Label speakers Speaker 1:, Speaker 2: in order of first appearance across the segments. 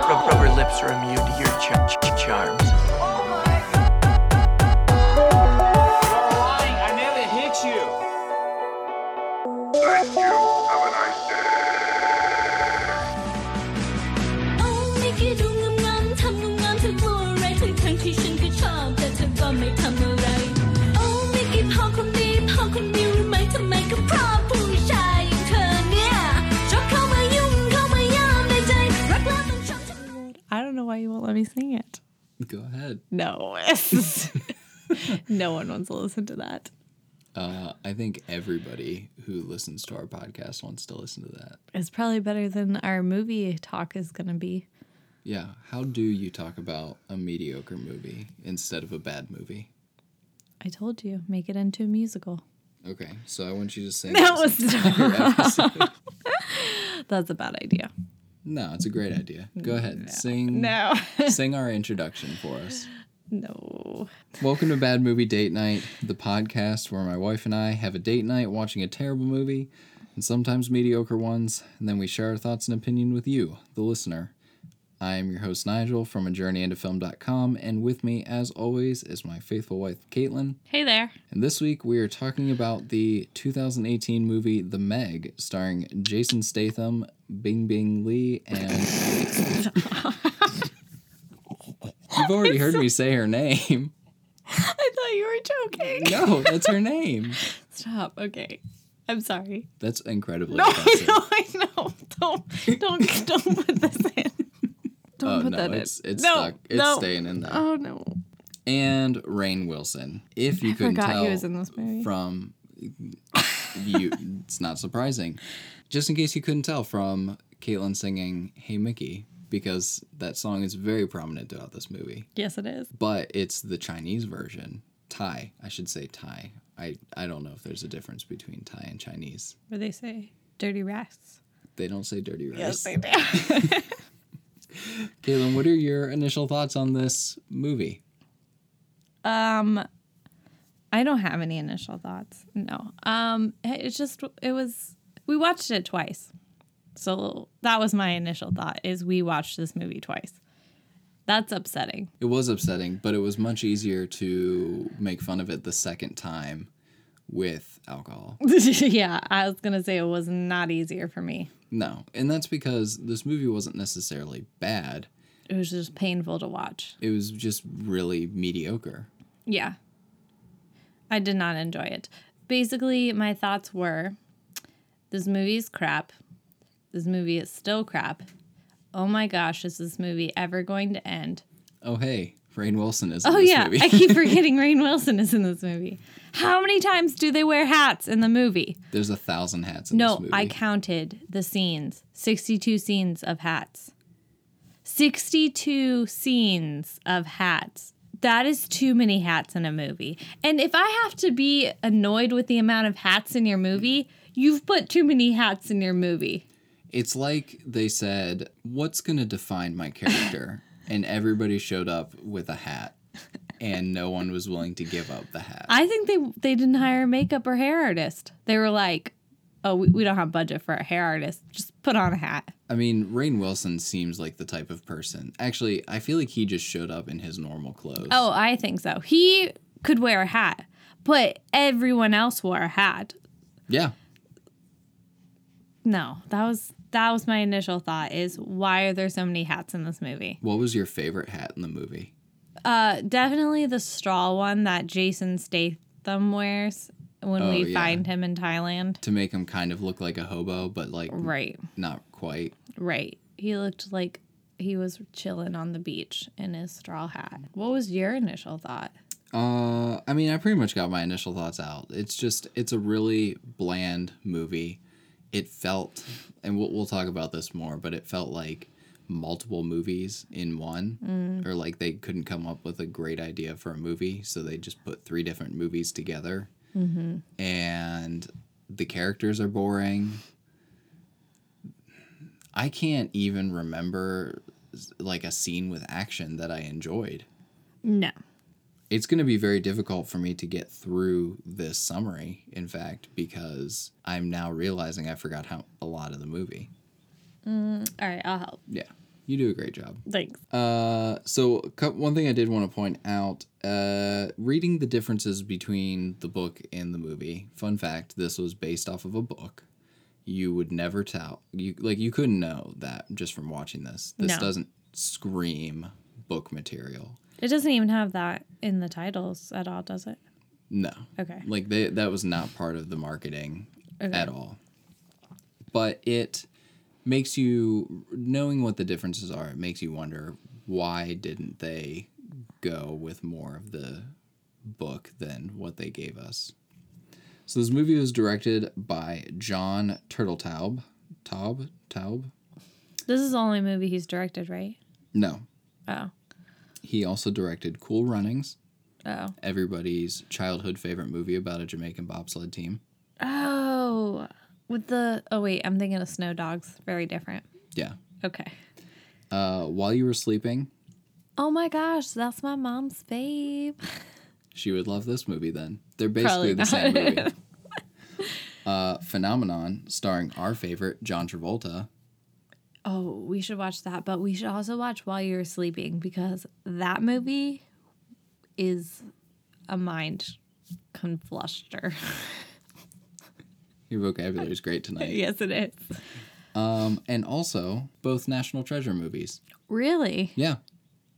Speaker 1: Oh, from you to your ch- ch- charms.
Speaker 2: lying. I never hit you.
Speaker 3: Thank you. Have a nice day.
Speaker 4: โอ้ไม่คิดดูงามงามทำงามงามเธอมัวอะไรทั้งทั้งที่ฉันก็ชอบแต่เธอก็ไม่ทำอะไร โอ้ไม่คิดพอคนดีพอคนดีรู้ไหมทำไมก็เพราะผู้ชายอย่างเธอเนี่ยชอบเข้ามายุ่งเข้ามาย่ำในใจรักแล้วต้องช้ำทำ
Speaker 5: I don't know why you won't let me sing it.
Speaker 6: Go ahead.
Speaker 5: No. no one wants to listen to that.
Speaker 6: Uh, I think everybody who listens to our podcast wants to listen to that.
Speaker 5: It's probably better than our movie talk is going to be.
Speaker 6: Yeah. How do you talk about a mediocre movie instead of a bad movie?
Speaker 5: I told you, make it into a musical.
Speaker 6: Okay. So I want you to sing.
Speaker 5: That
Speaker 6: this
Speaker 5: was
Speaker 6: entire episode.
Speaker 5: That's a bad idea.
Speaker 6: no, it's a great idea. Go ahead. Sing.
Speaker 5: No.
Speaker 6: sing our introduction for us.
Speaker 5: no.
Speaker 6: Welcome to Bad Movie Date Night, the podcast where my wife and I have a date night watching a terrible movie and sometimes mediocre ones, and then we share our thoughts and opinion with you, the listener. I am your host Nigel from a journey into film.com, and with me, as always, is my faithful wife Caitlin.
Speaker 5: Hey there.
Speaker 6: And this week we are talking about the 2018 movie The Meg, starring Jason Statham, Bing Bing Lee, and You've already heard me say her name.
Speaker 5: I thought you were joking.
Speaker 6: No, that's her name.
Speaker 5: Stop. Okay. I'm sorry.
Speaker 6: That's incredibly
Speaker 5: No, Oh, I
Speaker 6: offensive.
Speaker 5: know, I know. Don't, don't, don't put this in. Don't
Speaker 6: Oh
Speaker 5: put
Speaker 6: no,
Speaker 5: that
Speaker 6: it's
Speaker 5: in.
Speaker 6: it's
Speaker 5: no,
Speaker 6: stuck. It's
Speaker 5: no.
Speaker 6: staying in there.
Speaker 5: Oh no!
Speaker 6: And Rain Wilson. If you couldn't
Speaker 5: Forgot
Speaker 6: tell
Speaker 5: he was in this movie.
Speaker 6: from you it's not surprising. Just in case you couldn't tell from Caitlin singing Hey Mickey, because that song is very prominent throughout this movie.
Speaker 5: yes, it is.
Speaker 6: But it's the Chinese version. Thai. I should say Thai. I, I don't know if there's a difference between Thai and Chinese.
Speaker 5: Where they say dirty rats.
Speaker 6: They don't say dirty rice.
Speaker 5: do.
Speaker 6: Caitlin, what are your initial thoughts on this movie?
Speaker 5: Um, I don't have any initial thoughts. No. Um, it's just it was we watched it twice, so that was my initial thought. Is we watched this movie twice. That's upsetting.
Speaker 6: It was upsetting, but it was much easier to make fun of it the second time with alcohol.
Speaker 5: yeah, I was gonna say it was not easier for me.
Speaker 6: No, and that's because this movie wasn't necessarily bad.
Speaker 5: It was just painful to watch.
Speaker 6: It was just really mediocre.
Speaker 5: Yeah. I did not enjoy it. Basically, my thoughts were this movie is crap. This movie is still crap. Oh my gosh, is this movie ever going to end?
Speaker 6: Oh hey, Rain Wilson is.
Speaker 5: Oh,
Speaker 6: in this
Speaker 5: yeah.
Speaker 6: movie.
Speaker 5: I keep forgetting Rain Wilson is in this movie. How many times do they wear hats in the movie?
Speaker 6: There's a thousand hats in this
Speaker 5: No,
Speaker 6: movie.
Speaker 5: I counted the scenes 62 scenes of hats. 62 scenes of hats. That is too many hats in a movie. And if I have to be annoyed with the amount of hats in your movie, you've put too many hats in your movie.
Speaker 6: It's like they said, "What's going to define my character?" and everybody showed up with a hat, and no one was willing to give up the hat.
Speaker 5: I think they they didn't hire a makeup or hair artist. They were like, "Oh, we, we don't have budget for a hair artist. Just put on a hat."
Speaker 6: I mean, Rain Wilson seems like the type of person. Actually, I feel like he just showed up in his normal clothes.
Speaker 5: Oh, I think so. He could wear a hat, but everyone else wore a hat.
Speaker 6: Yeah.
Speaker 5: No, that was that was my initial thought is why are there so many hats in this movie?
Speaker 6: What was your favorite hat in the movie?
Speaker 5: Uh definitely the straw one that Jason Statham wears when we
Speaker 6: Oh, yeah.
Speaker 5: find him in Thailand.
Speaker 6: To make him kind of look like a hobo, but like
Speaker 5: Right.
Speaker 6: not quite.
Speaker 5: Right. He looked like he was chilling on the beach in his straw hat. What was your initial thought?
Speaker 6: Uh, I mean, I pretty much got my initial thoughts out. It's just, it's a really bland movie. It felt, and we'll, we'll talk about this more, but it felt like multiple movies in one, or like they couldn't come up with a great idea for a movie, so they just put three different movies together. Mm-hmm. And the characters are boring. I can't even remember like a scene with action that I enjoyed
Speaker 5: No.
Speaker 6: it's going to be very difficult for me to get through this summary in fact because i'm now realizing i forgot how a lot of the movie
Speaker 5: All right, I'll help.
Speaker 6: yeah You do a great job.
Speaker 5: Thanks.
Speaker 6: Uh, so a cou- one thing I did want to point out, uh, reading the differences between the book and the movie. Fun fact: this was based off of a book. You would never tell you like you couldn't know that just from watching this. This
Speaker 5: No.
Speaker 6: doesn't scream book material.
Speaker 5: It doesn't even have that in the titles at all, does it?
Speaker 6: No.
Speaker 5: Okay.
Speaker 6: Like they that was not part of the marketing
Speaker 5: Okay.
Speaker 6: at all. But it makes you knowing what the differences are, it makes you wonder why didn't they go with more of the book than what they gave us. So this movie was directed by John Turtletaub. Taub? Taub?
Speaker 5: This is the only movie he's directed, right?
Speaker 6: No.
Speaker 5: Oh.
Speaker 6: He also directed Cool Runnings,
Speaker 5: Oh.
Speaker 6: everybody's childhood favorite movie about a Jamaican bobsled team.
Speaker 5: Oh. With the oh wait, I'm thinking of Snow Dogs. Very different.
Speaker 6: Yeah.
Speaker 5: Okay.
Speaker 6: Uh, While You Were Sleeping,
Speaker 5: Oh my gosh, that's my mom's babe.
Speaker 6: She would love this movie then. They're
Speaker 5: Probably
Speaker 6: basically the same
Speaker 5: not.
Speaker 6: movie. uh, Phenomenon, starring our favorite John Travolta.
Speaker 5: Oh, we should watch that, but we should also watch While You're Sleeping because that movie is a mind confluster.
Speaker 6: Your vocabulary is great tonight.
Speaker 5: yes, it is.
Speaker 6: Um, and also both National Treasure movies.
Speaker 5: Really
Speaker 6: Yeah,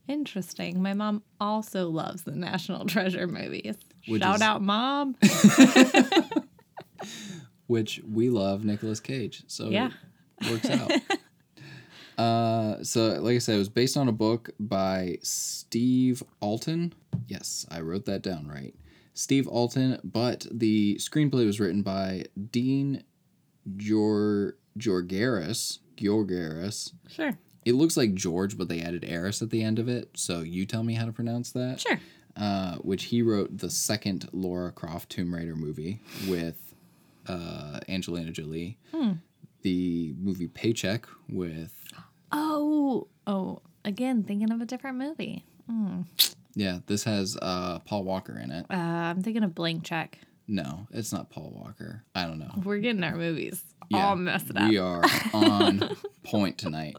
Speaker 5: interesting. My mom also loves the National Treasure movies.
Speaker 6: Which
Speaker 5: Shout
Speaker 6: is-
Speaker 5: out, mom.
Speaker 6: which we love Nicolas Cage. So
Speaker 5: Yeah.
Speaker 6: it works out. uh, so like I said, it was based on a book by Steve Alton. Yes, I wrote that down right. Steve Alton, but the screenplay was written by Dean Jor Jorgaris. Jorgaris.
Speaker 5: sure,
Speaker 6: It looks like George, but they added Eris at the end of it. So you tell me how to pronounce that
Speaker 5: sure.
Speaker 6: uh, which he wrote the second Laura Croft Tomb Raider movie with uh, Angelina Jolie. The movie Paycheck with
Speaker 5: Oh, oh, again, thinking of a different movie.
Speaker 6: yeah, this has uh, Paul Walker in it.
Speaker 5: Uh, I'm thinking of Blank Check.
Speaker 6: No, it's not Paul Walker. I don't know.
Speaker 5: We're getting our movies
Speaker 6: Yeah,
Speaker 5: all messed up.
Speaker 6: We are on point tonight.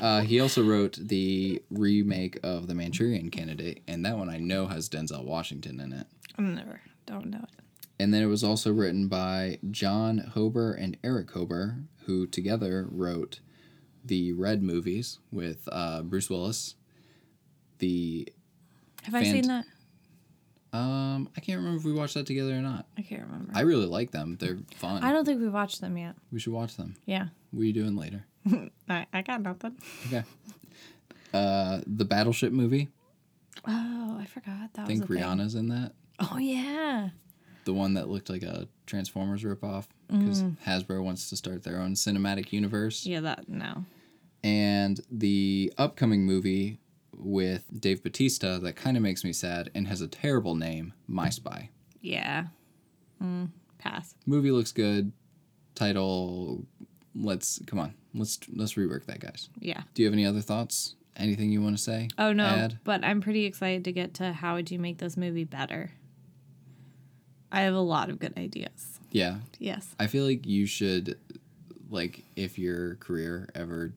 Speaker 6: Uh, he also wrote the remake of The Manchurian Candidate, and that one I know has Denzel Washington in it.
Speaker 5: I'm never, don't know it.
Speaker 6: And then it was also written by John Hober and Eric Hober, who together wrote the Red movies with uh, Bruce Willis. The
Speaker 5: Have I
Speaker 6: Fant-
Speaker 5: seen that?
Speaker 6: um, I can't remember if we watched that together or not.
Speaker 5: I can't remember.
Speaker 6: I really like them; they're fun.
Speaker 5: I don't think we watched them yet.
Speaker 6: we should watch them.
Speaker 5: Yeah.
Speaker 6: What are you doing later?
Speaker 5: I, I got nothing.
Speaker 6: Okay. Uh, the Battleship movie.
Speaker 5: Oh, I forgot. That
Speaker 6: I think
Speaker 5: was a thing.
Speaker 6: Rihanna's in that.
Speaker 5: Oh, yeah.
Speaker 6: The one that looked like a Transformers ripoff
Speaker 5: Mm-hmm.
Speaker 6: because Hasbro wants to start their own cinematic universe.
Speaker 5: Yeah, that, no.
Speaker 6: and the upcoming movie with Dave Batista that kind of makes me sad and has a terrible name, My Spy.
Speaker 5: Yeah. Mm, pass.
Speaker 6: Movie looks good. Title, let's come on, let's let's rework that, guys.
Speaker 5: Yeah.
Speaker 6: Do you have any other thoughts? Anything you want to say?
Speaker 5: Oh, no.
Speaker 6: Add?
Speaker 5: But I'm pretty excited to get to how would you make this movie better? I have a lot of good ideas.
Speaker 6: Yeah,
Speaker 5: Yes.
Speaker 6: I feel like you should, like, if your career ever,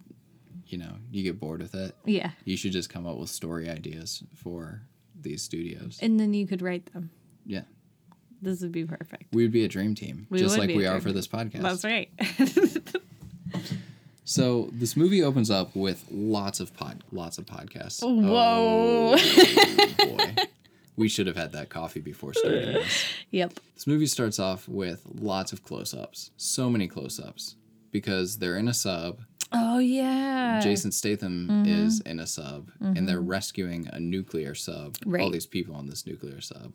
Speaker 6: you know, you get bored with it,
Speaker 5: Yeah.
Speaker 6: you should just come up with story ideas for these studios.
Speaker 5: And then you could write them.
Speaker 6: Yeah.
Speaker 5: This would be perfect.
Speaker 6: We would be a dream team,
Speaker 5: We
Speaker 6: just
Speaker 5: would
Speaker 6: like
Speaker 5: be a
Speaker 6: we are
Speaker 5: dream
Speaker 6: for this podcast.
Speaker 5: That's right.
Speaker 6: So this movie opens up with lots of pod, lots of podcasts.
Speaker 5: Whoa.
Speaker 6: Oh, boy, we should have had that coffee before starting this.
Speaker 5: yep.
Speaker 6: This movie starts off with lots of close-ups, so many close-ups, because they're in a sub.
Speaker 5: Oh, yeah. Mm-hmm.
Speaker 6: Jason Statham is in a sub, and they're rescuing a nuclear sub. All
Speaker 5: Right. Mm-hmm.
Speaker 6: these people on this nuclear sub.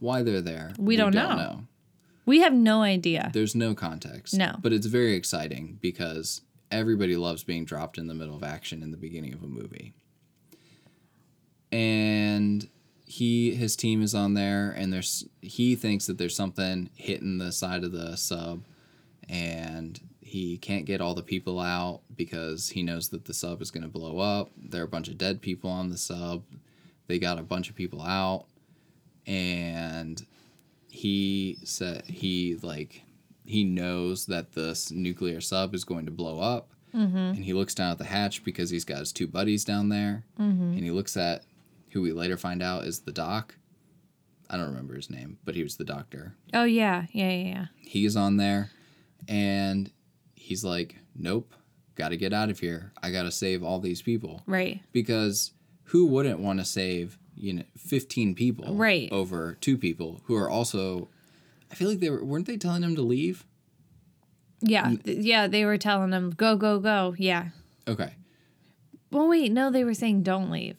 Speaker 6: Why they're there,
Speaker 5: We don't know. We have no idea.
Speaker 6: There's no context.
Speaker 5: No.
Speaker 6: But it's very exciting because everybody loves being dropped in the middle of action in the beginning of a movie. And he his team is on there and there's he thinks that there's something hitting the side of the sub and he can't get all the people out because he knows that the sub is going to blow up. There are a bunch of dead people on the sub. They got a bunch of people out and he said he like he knows that this nuclear sub is going to blow up and he looks down at the hatch because he's got his two buddies down there, and he looks at who we later find out is the doc. I don't remember his name, but he was the doctor.
Speaker 5: Oh yeah, yeah, yeah, yeah.
Speaker 6: He's on there, and he's like, "Nope, got to get out of here. I got to save all these people."
Speaker 5: Right.
Speaker 6: because who wouldn't want to save you know 15 people
Speaker 5: Right.
Speaker 6: over two people who are also i feel like they were weren't they telling him to leave
Speaker 5: Yeah,
Speaker 6: Mm.
Speaker 5: th- yeah. They were telling him go, go, go. Yeah.
Speaker 6: okay
Speaker 5: Well, wait, no, they were saying don't leave.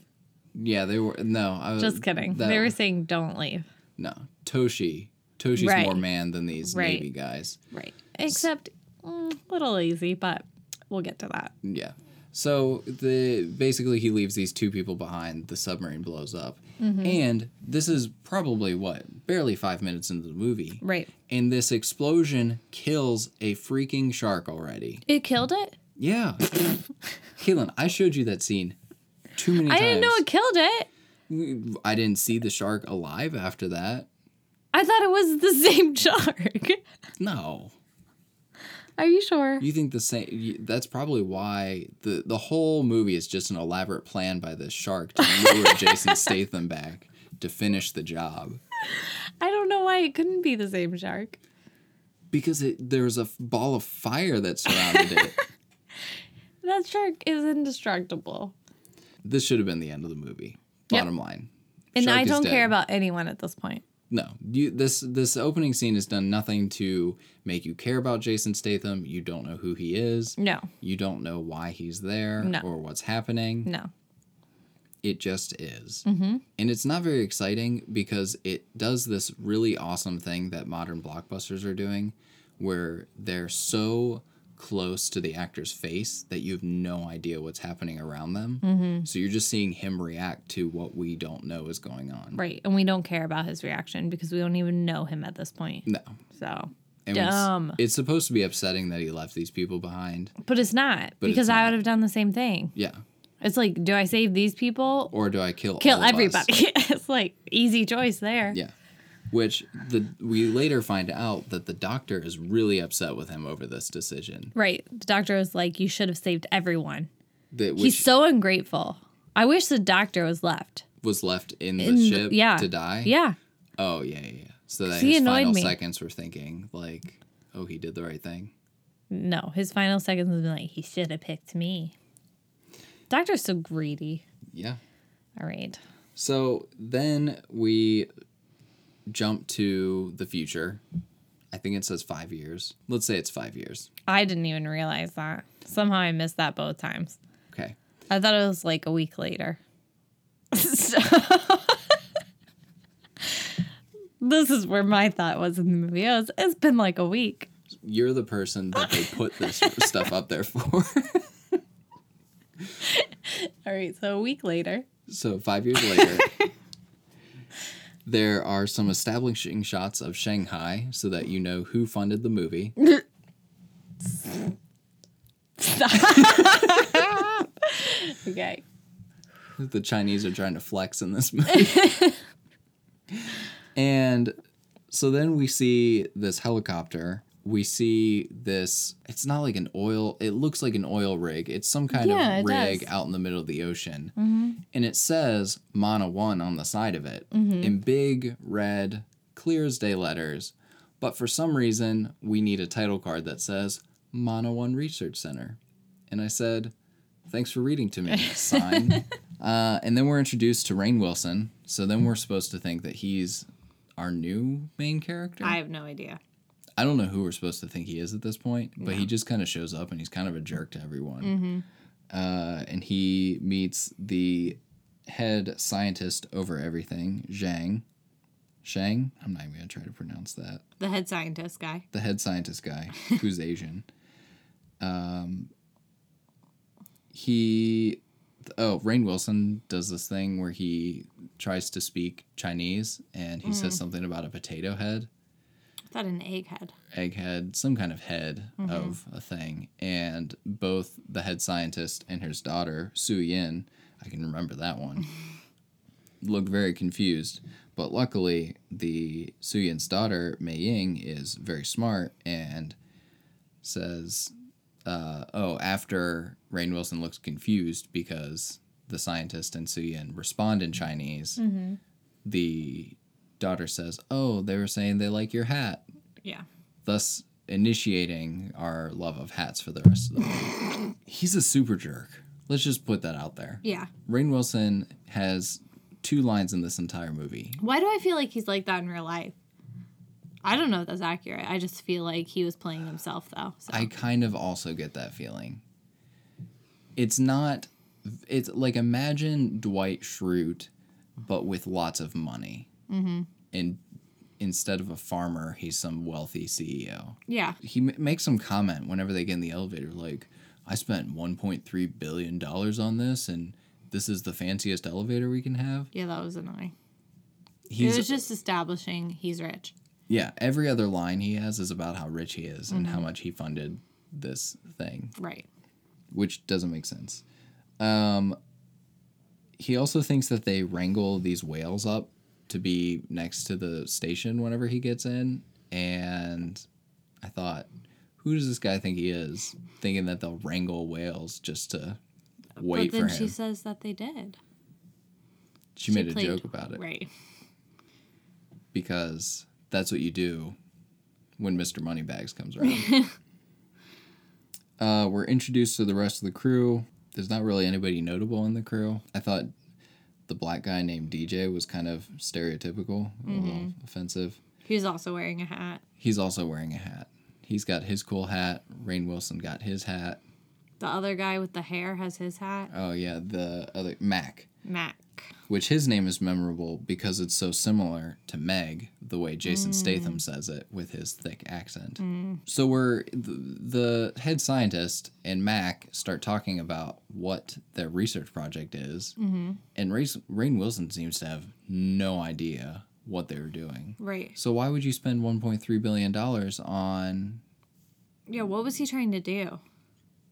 Speaker 6: yeah they were no i was
Speaker 5: Just kidding.
Speaker 6: Uh, that-
Speaker 5: They were saying don't leave.
Speaker 6: no toshi toshi's
Speaker 5: Right.
Speaker 6: more man than these
Speaker 5: Right.
Speaker 6: navy guys
Speaker 5: Right. Except mm, little easy, but we'll get to that.
Speaker 6: yeah so the basically he leaves these two people behind the submarine blows up
Speaker 5: Mm-hmm.
Speaker 6: and this is probably what barely five minutes into the movie
Speaker 5: Right.
Speaker 6: and this explosion kills a freaking shark already
Speaker 5: It killed it.
Speaker 6: Yeah. Caitlin, I showed you that scene too many
Speaker 5: I
Speaker 6: times.
Speaker 5: didn't know it killed it.
Speaker 6: I didn't see the shark alive after that.
Speaker 5: I thought it was the same shark.
Speaker 6: No.
Speaker 5: Are you sure?
Speaker 6: You think the same you- that's probably why the the whole movie is just an elaborate plan by this shark to lure Jason Statham back to finish the job.
Speaker 5: I don't know why it couldn't be the same shark.
Speaker 6: Because it, there was a f- ball of fire that surrounded it.
Speaker 5: That shark is indestructible.
Speaker 6: This should have been the end of the movie.
Speaker 5: Yep.
Speaker 6: Bottom line.
Speaker 5: And
Speaker 6: Shark
Speaker 5: I
Speaker 6: is
Speaker 5: don't
Speaker 6: dead.
Speaker 5: care about anyone at this point.
Speaker 6: No, you, this this opening scene has done nothing to make you care about Jason Statham. You don't know who he is.
Speaker 5: No,
Speaker 6: You don't know why he's there
Speaker 5: No.
Speaker 6: or what's happening.
Speaker 5: no.
Speaker 6: It just is, mm-hmm. and it's not very exciting because it does this really awesome thing that modern blockbusters are doing, where they're so close to the actor's face that you have no idea what's happening around them. Mm-hmm. So you're just seeing him react to what we don't know is going on.
Speaker 5: Right. And we don't care about his reaction because we don't even know him at this point.
Speaker 6: No.
Speaker 5: So
Speaker 6: And it's-
Speaker 5: dumb.
Speaker 6: It's, supposed to be upsetting that he left these people behind.
Speaker 5: But it's not
Speaker 6: But it's
Speaker 5: because I
Speaker 6: not.
Speaker 5: would have done the same thing.
Speaker 6: Yeah.
Speaker 5: It's like, do I save these people?
Speaker 6: Or do I kill
Speaker 5: Kill
Speaker 6: all of us?
Speaker 5: everybody. it's like easy choice there.
Speaker 6: Yeah. Which the we later find out that the doctor is really upset with him over this decision.
Speaker 5: Right. The doctor was like, you should have saved everyone.
Speaker 6: That which
Speaker 5: He's so ungrateful. I wish the doctor was left.
Speaker 6: was left in the
Speaker 5: In-
Speaker 6: ship
Speaker 5: yeah.
Speaker 6: to die.
Speaker 5: Yeah.
Speaker 6: Oh yeah, yeah. yeah. So that
Speaker 5: he
Speaker 6: his
Speaker 5: annoyed
Speaker 6: final
Speaker 5: me.
Speaker 6: seconds were thinking like, oh, he did the right thing.
Speaker 5: No, his final seconds would be like, he should have picked me. Doctor's so greedy.
Speaker 6: Yeah.
Speaker 5: All right.
Speaker 6: So then we jump to the future. I think it says five years. Let's say it's five years.
Speaker 5: I didn't even realize that. Somehow I missed that both times.
Speaker 6: Okay.
Speaker 5: I thought it was like a week later. So- this is where my thought was in the movie. It was, it's been like a week.
Speaker 6: you're the person that they put this stuff up there for.
Speaker 5: All right, so a week later.
Speaker 6: so five years later, there are some establishing shots of Shanghai so that you know who funded the movie.
Speaker 5: Okay.
Speaker 6: the Chinese are trying to flex in this movie. and so then we see this helicopter. We see this. It's not like an oil. It looks like an oil rig. It's some kind
Speaker 5: Yeah, it
Speaker 6: of rig
Speaker 5: does. Mm-hmm.
Speaker 6: out in the middle of the ocean, and it says Mana One on the side of it
Speaker 5: Mm-hmm.
Speaker 6: in big red, clear as day letters. But for some reason, we need a title card that says Mana One Research Center. And I said, thanks for reading to me sign uh, and then we're introduced to rain wilson so then we're supposed to think that he's our new main character
Speaker 5: I have no idea.
Speaker 6: I don't know who we're supposed to think he is at this point but he just kind of shows up and he's kind of a jerk to everyone uh, and he meets the head scientist over everything zhang shang i'm not even going to try to pronounce that
Speaker 5: The head scientist guy.
Speaker 6: the head scientist guy who's Asian. Um, he, oh, Rain Wilson does this thing where he tries to speak Chinese and he says something about a potato head,
Speaker 5: I thought an egghead.
Speaker 6: egg head, some kind of head of a thing. And both the head scientist and his daughter, Su Yin, I can remember that one, look very confused. But luckily, the Su Yin's daughter, Mei Ying, is very smart and says uh, oh, after Rain Wilson looks confused because the scientist and Suyin respond in Chinese, the daughter says, "Oh, they were saying they like your hat,"
Speaker 7: Yeah.
Speaker 6: thus initiating our love of hats for the rest of the movie. He's a super jerk. Let's just put that out there.
Speaker 5: Yeah.
Speaker 6: Rain Wilson has two lines in this entire movie.
Speaker 5: Why do I feel like he's like that in real life? I don't know if that's accurate. I just feel like he was playing himself though. So.
Speaker 6: I kind of also get that feeling. It's not. It's like imagine Dwight Schrute, but with lots of money, mm-hmm. and instead of a farmer, he's some wealthy E CEO.
Speaker 5: yeah.
Speaker 6: He m- makes some comment whenever they get in the elevator, like, "I spent 1.3 billion dollars on this, and this is the fanciest elevator we can have."
Speaker 5: Yeah, that was annoying.
Speaker 6: He's
Speaker 5: it was just establishing he's rich.
Speaker 6: yeah. Every other line he has is about how rich he is and how much he funded this thing.
Speaker 5: Right.
Speaker 6: which doesn't make sense. Um, he also thinks that they wrangle these whales up to be next to the station whenever he gets in. And I thought, who does this guy think he is? Thinking that they'll wrangle whales just to wait
Speaker 5: but then
Speaker 6: for
Speaker 5: she
Speaker 6: him.
Speaker 5: says that they did.
Speaker 6: she made a
Speaker 5: played-
Speaker 6: joke about it
Speaker 5: Right.
Speaker 6: because that's what you do when Mr. Moneybags comes around. uh, we're introduced to the rest of the crew. There's not really anybody notable in the crew. I thought the black guy named DJ was kind of stereotypical, a little offensive.
Speaker 5: He was also wearing a hat.
Speaker 6: He's also wearing a hat. He's got his cool hat. Rain Wilson got his hat.
Speaker 5: The other guy with the hair has his hat.
Speaker 6: Oh yeah, the other Mac,
Speaker 5: Mac.
Speaker 6: which his name is memorable because it's so similar to Meg, the way Jason Statham says it with his thick accent. So we're the, the head scientist and Mac start talking about what their research project is, and Ray, Rain Wilson seems to have no idea what they were doing.
Speaker 5: Right.
Speaker 6: So why would you spend 1.3 billion dollars on?
Speaker 5: Yeah, what was he trying to do?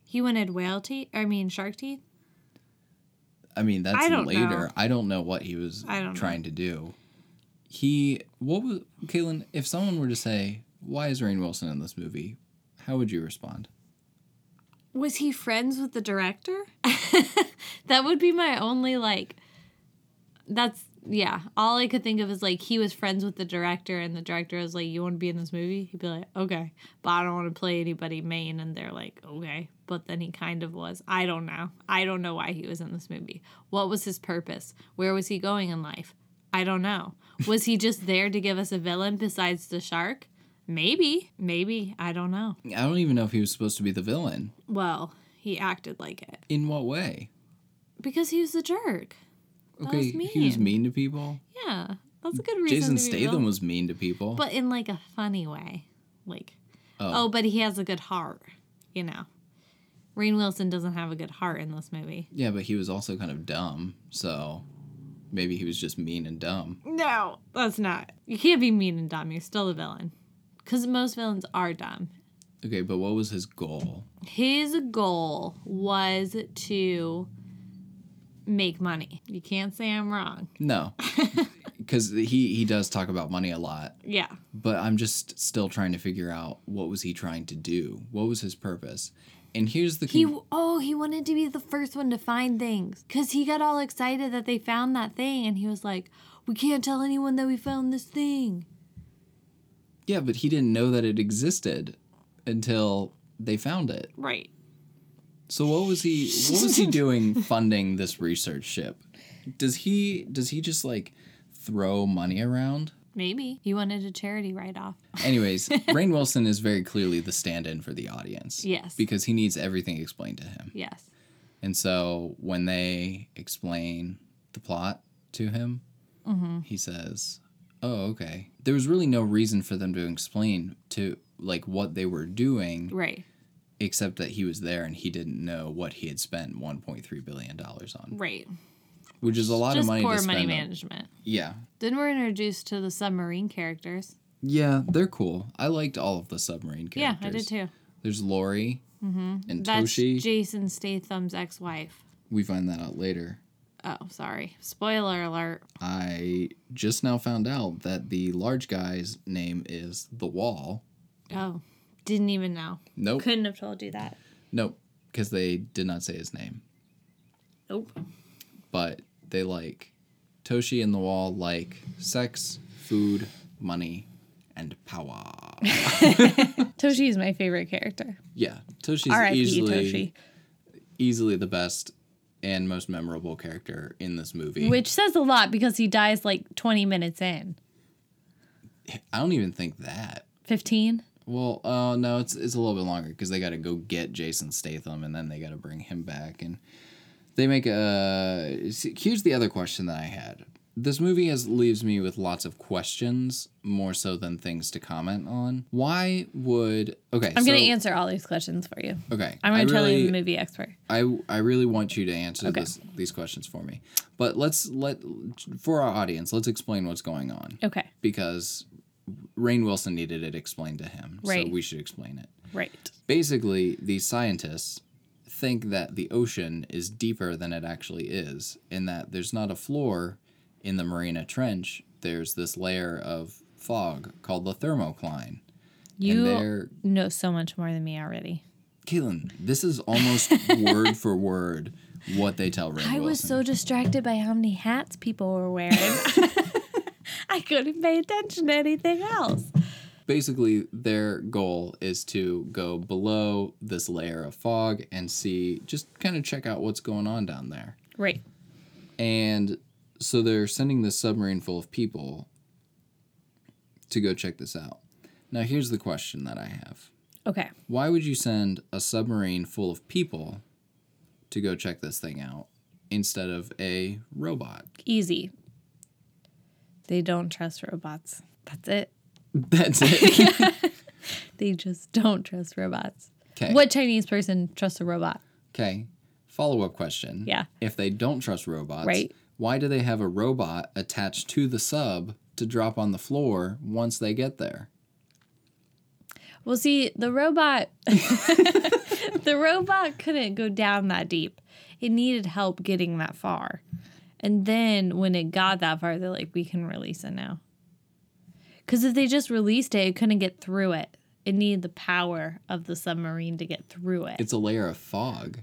Speaker 5: He wanted whale teeth, I mean shark teeth.
Speaker 6: I mean, that's
Speaker 5: I don't
Speaker 6: later.
Speaker 5: know.
Speaker 6: I don't know what he was
Speaker 5: I don't know.
Speaker 6: trying to do. He what was Caitlin? If someone were to say, "Why is Rain Wilson in this movie?" How would you respond?
Speaker 5: Was he friends with the director? that would be my only like that's yeah. All I could think of is like he was friends with the director and the director was like, You wanna be in this movie? He'd be like, Okay. But I don't wanna play anybody main and they're like, Okay. But then he kind of was. I don't know. I don't know why he was in this movie. What was his purpose? Where was he going in life? I don't know. Was he just there to give us a villain besides the shark? Maybe. Maybe. I don't know.
Speaker 6: I don't even know if he was supposed to be the villain.
Speaker 5: Well, he acted like it.
Speaker 6: In what way?
Speaker 5: Because he was a jerk.
Speaker 6: Okay,
Speaker 5: was
Speaker 6: he was
Speaker 5: mean.
Speaker 6: mean to people.
Speaker 5: Yeah, that's a good reason.
Speaker 6: Jason
Speaker 5: to be real.
Speaker 6: Statham was mean to people.
Speaker 5: but in like a funny way, like,
Speaker 6: Oh.
Speaker 5: oh. but he has a good heart, you know. Rain Wilson doesn't have a good heart in this movie.
Speaker 6: yeah, but he was also kind of dumb. So maybe he was just mean and dumb.
Speaker 5: No, that's not. You can't be mean and dumb. You're still a villain, because most villains are dumb.
Speaker 6: Okay, but what was his goal?
Speaker 5: His goal was to make money. You can't say I'm wrong.
Speaker 6: No, because he he does talk about money a lot.
Speaker 5: Yeah,
Speaker 6: but I'm just still trying to figure out what was he trying to do? What was his purpose? And here's the
Speaker 5: He
Speaker 6: con-
Speaker 5: oh he wanted to be the first one to find things because he got all excited that they found that thing and he was like, "We can't tell anyone that we found this thing."
Speaker 6: yeah, but he didn't know that it existed until they found it.
Speaker 5: Right.
Speaker 6: So what was he what was he doing funding this research ship? Does he does he just like throw money around?
Speaker 5: Maybe he wanted a charity write off.
Speaker 6: Anyways, Rain Wilson is very clearly the stand-in for the audience.
Speaker 5: Yes.
Speaker 6: Because he needs everything explained to him.
Speaker 5: Yes.
Speaker 6: And so when they explain the plot to him,
Speaker 5: Mm-hmm.
Speaker 6: he says, "Oh, okay." There was really no reason for them to explain to like what they were doing
Speaker 5: Right.
Speaker 6: except that he was there and he didn't know what he had spent 1.3 billion dollars on,
Speaker 5: Right.
Speaker 6: which is a lot of
Speaker 5: Just
Speaker 6: money
Speaker 5: poor
Speaker 6: to spend.
Speaker 5: money
Speaker 6: on-
Speaker 5: management.
Speaker 6: Yeah.
Speaker 5: Then we're introduced to the submarine characters.
Speaker 6: Yeah, they're cool. I liked all of the submarine characters.
Speaker 5: Yeah, I did too. Mm-hmm.
Speaker 6: There's Lori and
Speaker 5: That's
Speaker 6: Toshi.
Speaker 5: Jason Statham's ex-wife.
Speaker 6: we find that out later.
Speaker 5: Oh, sorry. Spoiler alert.
Speaker 6: I just now found out that the large guy's name is The Wall.
Speaker 5: Oh, didn't even know.
Speaker 6: Nope.
Speaker 7: Couldn't have told you that.
Speaker 6: Nope, because they did not say his name.
Speaker 5: Nope.
Speaker 6: But they like Toshi and the Wall like sex, food, money, and power.
Speaker 5: Toshi is my favorite character.
Speaker 6: Yeah, Toshi's
Speaker 5: R.I.P.
Speaker 6: easily
Speaker 5: E, Toshi.
Speaker 6: easily the best and most memorable character in this movie.
Speaker 5: Which says a lot because he dies like 20 minutes in.
Speaker 6: I don't even think that.
Speaker 5: 15?
Speaker 6: Well, oh no, it's it's a little bit longer because they got to go get Jason Statham and then they got to bring him back and they make a. see, Here's the other question that I had. This movie has leaves me with lots of questions more so than things to comment on. Why would okay?
Speaker 5: I'm going
Speaker 6: so-
Speaker 5: to answer all these questions for you.
Speaker 6: Okay,
Speaker 5: I'm going to
Speaker 6: I
Speaker 5: tell
Speaker 6: really-
Speaker 5: you the movie expert.
Speaker 6: I I really want you to answer this, these questions for me. But let's let for our audience, let's explain what's going on
Speaker 5: Okay.
Speaker 6: because Rain Wilson needed it explained to him,
Speaker 5: Right.
Speaker 6: so we should explain it.
Speaker 5: Right.
Speaker 6: Basically, these scientists think that the ocean is deeper than it actually is, in that there's not a floor in the Marina Trench. There's this layer of fog called the thermocline. and
Speaker 5: You
Speaker 6: they're
Speaker 5: know so much more than me already.
Speaker 6: Caitlin, this is almost word for word what they tell Rain
Speaker 5: I
Speaker 6: Wilson.
Speaker 5: was so distracted by how many hats people were wearing. I couldn't pay attention to anything else.
Speaker 6: basically their goal is to go below this layer of fog and see just kind of check out what's going on down there
Speaker 5: Right.
Speaker 6: and so they're sending this submarine full of people to go check this out now here's the question that i have
Speaker 5: Okay.
Speaker 6: why would you send a submarine full of people to go check this thing out instead of a robot
Speaker 5: Easy. They don't trust robots. That's it.
Speaker 6: that's it
Speaker 5: They just don't trust robots.
Speaker 6: okay
Speaker 5: What Chinese person trusts a robot?
Speaker 6: Okay. Follow up question.
Speaker 5: Yeah.
Speaker 6: If they don't trust robots,
Speaker 5: Right.
Speaker 6: why do they have a robot attached to the sub to drop on the floor once they get there?
Speaker 5: Well, see, the robot the robot couldn't go down that deep. It needed help getting that far. And then when it got that far, they're like, we can release it now. Cause if they just released it, it couldn't get through it. It needed the power of the submarine to get through it.
Speaker 6: It's a layer of fog.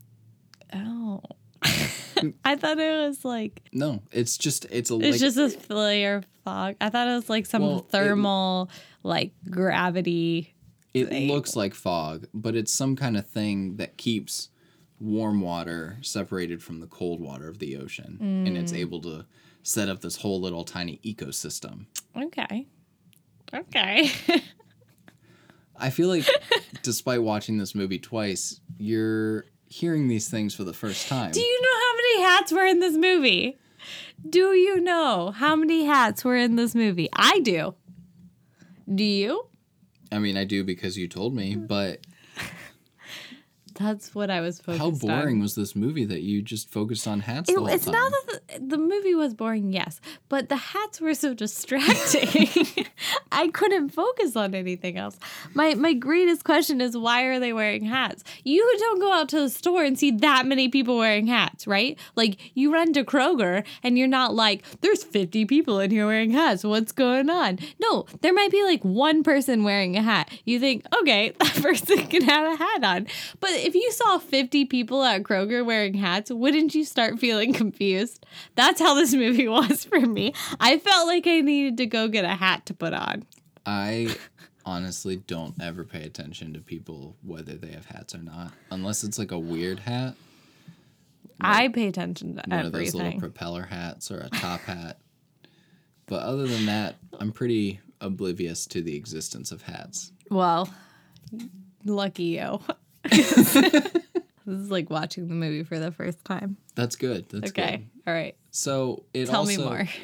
Speaker 5: oh. I thought it was like
Speaker 6: No, it's just it's a
Speaker 5: it's
Speaker 6: like,
Speaker 5: just this layer of fog. I thought it was like some
Speaker 6: Well, it-
Speaker 5: thermal like gravity.
Speaker 6: it looks like fog, but it's some kind of thing that keeps warm water separated from the cold water of the ocean and
Speaker 5: Mm.
Speaker 6: it's able to set up this whole little tiny ecosystem.
Speaker 5: Okay. Okay.
Speaker 6: I feel like despite watching this movie twice, you're hearing these things for the first time.
Speaker 5: Do you know how many hats were in this movie? Do you know how many hats were in this movie? I do. Do you?
Speaker 6: I mean, I do because you told me,
Speaker 5: Mm.
Speaker 6: but
Speaker 5: That's what I was focused
Speaker 6: how
Speaker 5: on.
Speaker 6: boring was this movie that you just focused on hats
Speaker 5: It-
Speaker 6: the whole
Speaker 5: it's
Speaker 6: time?
Speaker 5: not that the, the movie was boring, yes, but the hats were so distracting. I couldn't focus on anything else. My my greatest question is why are they wearing hats? You don't go out to the store and see that many people wearing hats, right? Like you run to Kroger and you're not like there's 50 people in here wearing hats. What's going on? No, there might be like one person wearing a hat. You think, okay, that person can have a hat on. But if you saw 50 people at Kroger wearing hats, wouldn't you start feeling confused? That's how this movie was for me. I felt like I needed to go get a hat to put on.
Speaker 6: I honestly don't ever pay attention to people whether they have hats or not, unless it's like a weird hat,
Speaker 5: I pay attention to
Speaker 6: one of those little
Speaker 5: everything.
Speaker 6: propeller hats or a top hat. But other than that, I'm pretty oblivious to the existence of hats.
Speaker 5: well, lucky you. this is like watching the movie for the first time.
Speaker 6: That's good. That's
Speaker 5: Okay.
Speaker 6: good.
Speaker 5: All right.
Speaker 6: So it
Speaker 5: Tell
Speaker 6: also
Speaker 5: me more.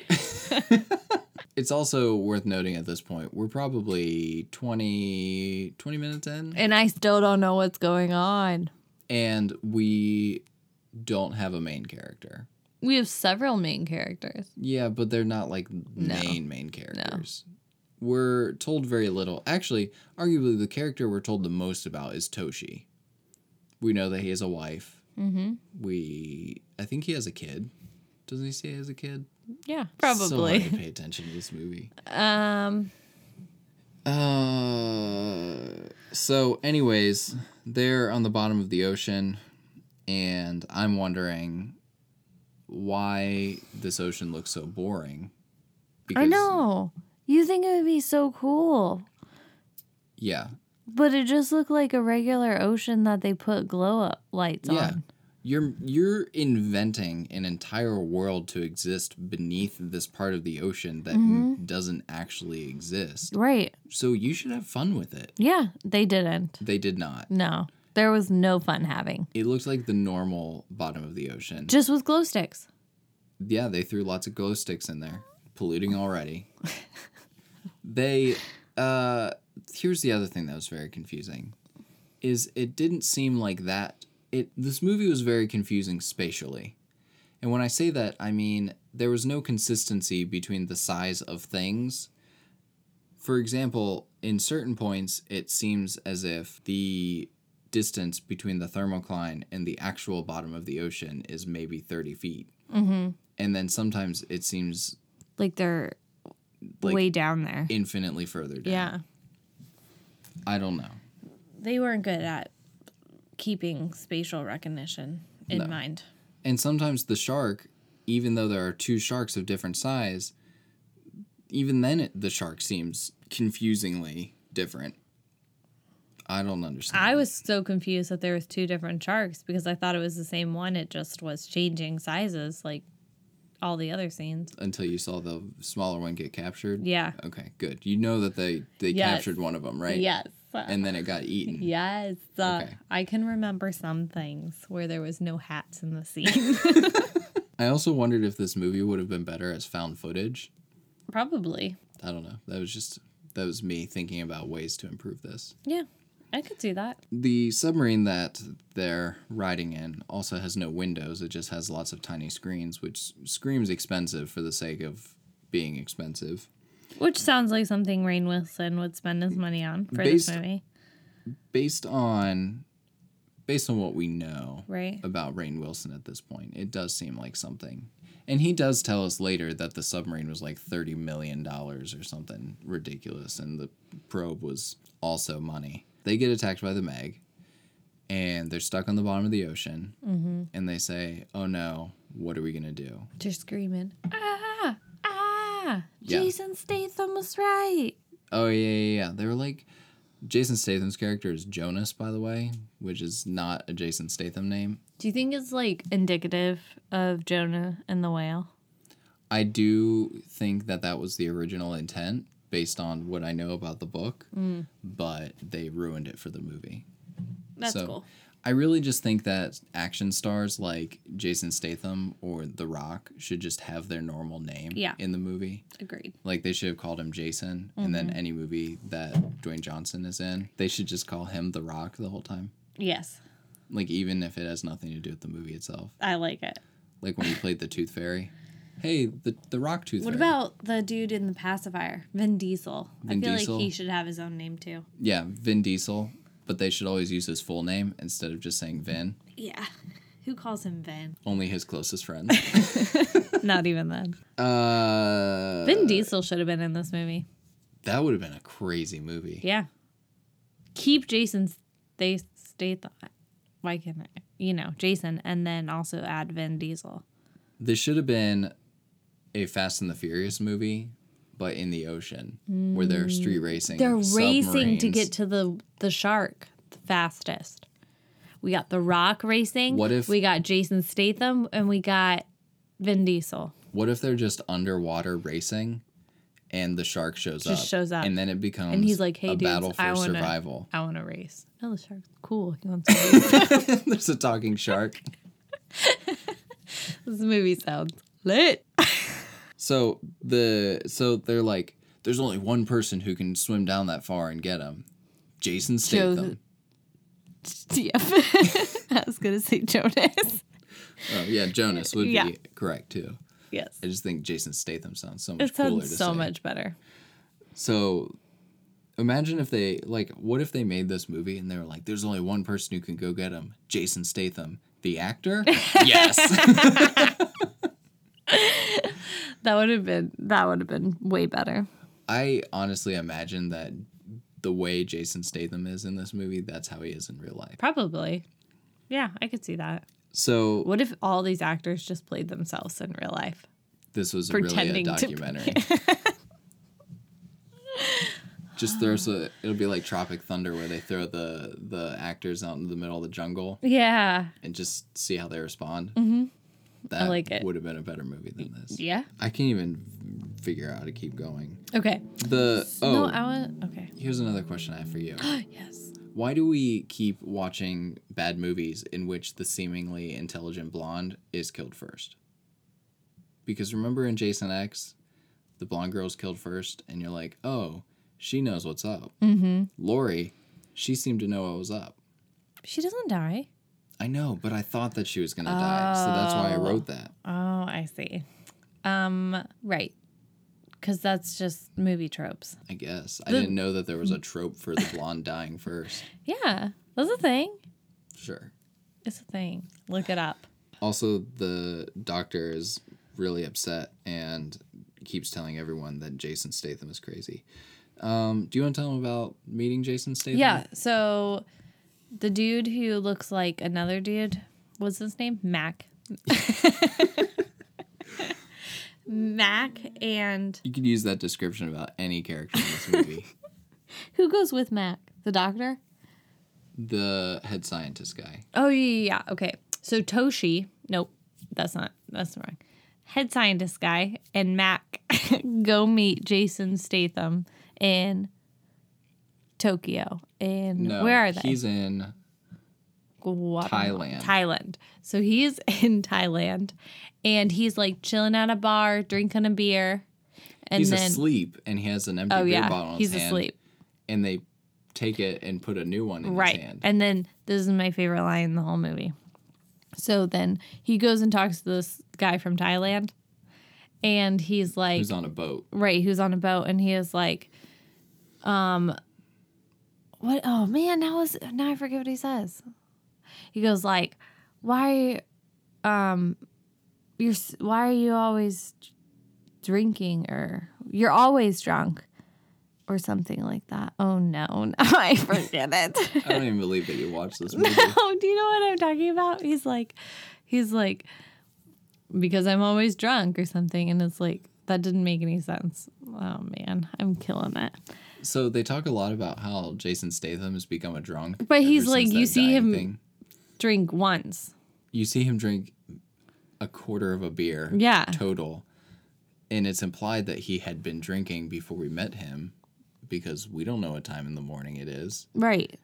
Speaker 6: It's also worth noting at this point, we're probably 20, 20 minutes in,
Speaker 5: And I still don't know what's going on.
Speaker 6: and we don't have a main character.
Speaker 5: We have several main characters.
Speaker 6: Yeah, but they're not like main, main characters. We're told very little. Actually, arguably, the character we're told the most about is Toshi. We know that he has a wife. Mm-hmm. We, I think he has a kid. Doesn't he say he has a kid?
Speaker 5: Yeah,
Speaker 6: So hard
Speaker 5: probably.
Speaker 6: to pay attention to this movie.
Speaker 5: um,
Speaker 6: Uh, so anyways they're on the bottom of the ocean, and I'm wondering why this ocean looks so boring. Because,
Speaker 8: I know. You think it would be so cool,
Speaker 6: Yeah.
Speaker 8: but it just looked like a regular ocean that they put glow up lights
Speaker 6: Yeah.
Speaker 8: on.
Speaker 6: You're you're inventing an entire world to exist beneath this part of the ocean that m- doesn't actually exist.
Speaker 8: Right.
Speaker 6: So you should have fun with it.
Speaker 8: Yeah, they didn't.
Speaker 6: They did not.
Speaker 8: No. There was no fun having.
Speaker 6: It looked like the normal bottom of the ocean.
Speaker 8: Just with glow sticks.
Speaker 6: yeah, they threw lots of glow sticks in there, polluting already. they uh here's the other thing that was very confusing is it didn't seem like that it this movie was very confusing spatially. And when I say that, I mean there was no consistency between the size of things. For example, in certain points, it seems as if the distance between the thermocline and the actual bottom of the ocean is maybe 30 feet and then sometimes it seems
Speaker 8: Like they're
Speaker 6: Like-
Speaker 8: way down there.
Speaker 6: infinitely further down.
Speaker 5: Yeah.
Speaker 6: I don't know.
Speaker 5: They weren't good at keeping spatial recognition in
Speaker 6: No.
Speaker 5: mind.
Speaker 6: And sometimes the shark, even though there are two sharks of different size, even then it, the shark seems confusingly different. I don't understand.
Speaker 5: I was so confused that there was two different sharks because I thought it was the same one. It just was changing sizes like all the other scenes.
Speaker 6: until you saw the smaller one get captured.
Speaker 5: Yeah.
Speaker 6: Okay, good. You know that they they
Speaker 5: Yes.
Speaker 6: captured one of them, right?
Speaker 5: Yes.
Speaker 6: And then it got eaten.
Speaker 5: yes. Uh,
Speaker 6: Okay.
Speaker 5: I can remember some things where there was no hats in the scene.
Speaker 6: I also wondered if this movie would have been better as found footage.
Speaker 5: Probably.
Speaker 6: I don't know. That was just that was me thinking about ways to improve this.
Speaker 5: Yeah. I could do that.
Speaker 6: The submarine that they're riding in also has no windows. It just has lots of tiny screens, which screams expensive for the sake of being expensive.
Speaker 5: Which sounds like something Rain Wilson would spend his money on for
Speaker 6: Based-
Speaker 5: this movie,
Speaker 6: Based on based on what we know
Speaker 5: right?
Speaker 6: about Rain Wilson at this point, it does seem like something. And he does tell us later that the submarine was like thirty million dollars or something ridiculous, and the probe was also money. They get attacked by the Meg, and they're stuck on the bottom of the ocean. Mm-hmm. And they say, "Oh no, what are we gonna do?"
Speaker 5: They're screaming.
Speaker 8: Ah, ah.
Speaker 6: Yeah.
Speaker 8: Jason Statham was right.
Speaker 6: Oh yeah, yeah, yeah. They were like, Jason Statham's character is Jonas, by the way, which is not a Jason Statham name.
Speaker 8: Do you think it's like indicative of Jonah and the whale?
Speaker 6: I do think that that was the original intent based on what I know about the book,
Speaker 5: Mm.
Speaker 6: but they ruined it for the movie.
Speaker 5: That's
Speaker 6: so
Speaker 5: cool.
Speaker 6: I really just think that action stars like Jason Statham or The Rock should just have their normal name
Speaker 5: Yeah.
Speaker 6: in the movie.
Speaker 5: Agreed.
Speaker 6: Like they should have called him Jason, and then
Speaker 5: Mm-hmm.
Speaker 6: any movie that Dwayne Johnson is in, they should just call him The Rock the whole time.
Speaker 5: Yes.
Speaker 6: Like even if it has nothing to do with the movie itself.
Speaker 5: I like it.
Speaker 6: Like when he played the Tooth Fairy. Hey, the the Rock Tooth
Speaker 5: What
Speaker 6: Fairy.
Speaker 5: about the dude in the pacifier, Vin Diesel?
Speaker 6: Vin
Speaker 5: I feel
Speaker 6: Diesel?
Speaker 5: like he should have his own name too.
Speaker 6: Yeah, Vin Diesel, but they should always use his full name instead of just saying Vin.
Speaker 5: Yeah. Who calls him Vin?
Speaker 6: Only his closest friends.
Speaker 5: Not even then.
Speaker 6: uh,
Speaker 5: Vin Diesel should have been in this movie.
Speaker 6: that would have been a crazy movie.
Speaker 5: Yeah. Keep Jason they Statham. Why can't I? You know, Jason, and then also add Vin Diesel.
Speaker 6: This should have been a Fast and the Furious movie, but in the ocean where they're street racing.
Speaker 5: Mm. They're racing to
Speaker 6: submarines.
Speaker 5: get to the the shark the fastest. We got The Rock racing.
Speaker 6: What if-
Speaker 5: we got Jason Statham and we got Vin Diesel?
Speaker 6: What if they're just underwater racing, and the shark shows up?
Speaker 5: Just shows up.
Speaker 6: and then it becomes
Speaker 5: And he's like, "Hey,
Speaker 6: a
Speaker 5: dudes,
Speaker 6: battle for
Speaker 5: I wanna-
Speaker 6: survival."
Speaker 5: I want to race. No, the shark's cool. He wants to race.
Speaker 6: There's a talking shark.
Speaker 5: this movie sounds lit.
Speaker 6: So the so they're like, there's only one person who can swim down that far and get him. Jason Statham.
Speaker 8: Yep. I was gonna say Jonas.
Speaker 6: Oh yeah, Jonas would
Speaker 5: Yeah.
Speaker 6: be correct too.
Speaker 5: Yes,
Speaker 6: I just think Jason Statham sounds so much
Speaker 5: it
Speaker 6: cooler to
Speaker 5: sounds so
Speaker 6: say.
Speaker 5: much better.
Speaker 6: So imagine if they like, what if they made this movie and they were like, there's only one person who can go get him, Jason Statham, the actor. yes.
Speaker 5: That would have been that would have been way better.
Speaker 6: I honestly imagine that the way Jason Statham is in this movie, that's how he is in real life.
Speaker 5: Probably. Yeah, I could see that.
Speaker 6: So
Speaker 5: What if all these actors just played themselves in real life?
Speaker 6: this was really a
Speaker 5: pretending to-
Speaker 6: documentary. Just throw so it'll be like Tropic Thunder where they throw the the actors out into the middle of the jungle
Speaker 5: Yeah.
Speaker 6: and just see how they respond. Mm-hmm. That
Speaker 5: like it.
Speaker 6: would have been a better movie than this.
Speaker 5: Yeah.
Speaker 6: I can't even figure out how to keep going.
Speaker 5: Okay.
Speaker 6: The oh,
Speaker 5: No, I want. Okay.
Speaker 6: here's another question I have for you.
Speaker 5: Yes.
Speaker 6: Why do we keep watching bad movies in which the seemingly intelligent blonde is killed first? Because remember in Jason X, the blonde girl's killed first, and you're like, oh, she knows what's up. Mm-hmm. Lori, she seemed to know what was up.
Speaker 5: She doesn't die.
Speaker 6: I know, but I thought that she was going to die, so that's why I wrote that.
Speaker 5: Oh, I see. Um, right. Because that's just movie tropes.
Speaker 6: I guess I didn't know that there was a trope for the blonde dying first.
Speaker 5: Yeah, that's a thing.
Speaker 6: Sure.
Speaker 5: It's a thing. Look it up.
Speaker 6: Also, the doctor is really upset and keeps telling everyone that Jason Statham is crazy. Um, do you want to tell him about meeting Jason Statham?
Speaker 5: Yeah. So the dude who looks like another dude, what's his name? Mac. Mac and
Speaker 6: You could use that description about any character in this movie.
Speaker 8: Who goes with Mac? The doctor?
Speaker 6: the head scientist guy.
Speaker 5: oh yeah, yeah, yeah. Okay. So Toshi. Nope, that's not that's wrong. Head scientist guy and Mac go meet Jason Statham in Tokyo. And
Speaker 6: No,
Speaker 5: where are they?
Speaker 6: He's in.
Speaker 5: Guatemala-
Speaker 6: Thailand.
Speaker 5: Thailand. So he's in Thailand, and he's like chilling at a bar, drinking a beer, and
Speaker 6: He's
Speaker 5: then
Speaker 6: asleep and he has an empty
Speaker 5: oh
Speaker 6: beer
Speaker 5: yeah,
Speaker 6: bottle in
Speaker 5: he's
Speaker 6: his hand.
Speaker 5: asleep,
Speaker 6: And they take it and put a new one in
Speaker 5: right?
Speaker 6: his hand.
Speaker 5: And then this is my favorite line in the whole movie. So then he goes and talks to this guy from Thailand, and he's like,
Speaker 6: Who's on a boat?
Speaker 5: right who's on a boat and he is like um what oh man now is now i forget what he says he goes like why um you're s- why are you always drinking or you're always drunk or something like that oh no now i forget it
Speaker 6: I don't even believe that you watched this movie.
Speaker 5: Oh, do you know what I'm talking about? He's like, he's like, because I'm always drunk or something, and it's like that didn't make any sense. Oh man, I'm killing it.
Speaker 6: So they talk a lot about how Jason Statham has become a drunk.
Speaker 5: But
Speaker 6: ever
Speaker 5: he's
Speaker 6: since
Speaker 5: like,
Speaker 6: that
Speaker 5: you see
Speaker 6: dying
Speaker 5: him- Drink once,
Speaker 6: You see him drink a quarter of a beer.
Speaker 5: Yeah.
Speaker 6: Total. And it's implied that he had been drinking before we met him because we don't know what time in the morning it is.
Speaker 5: right?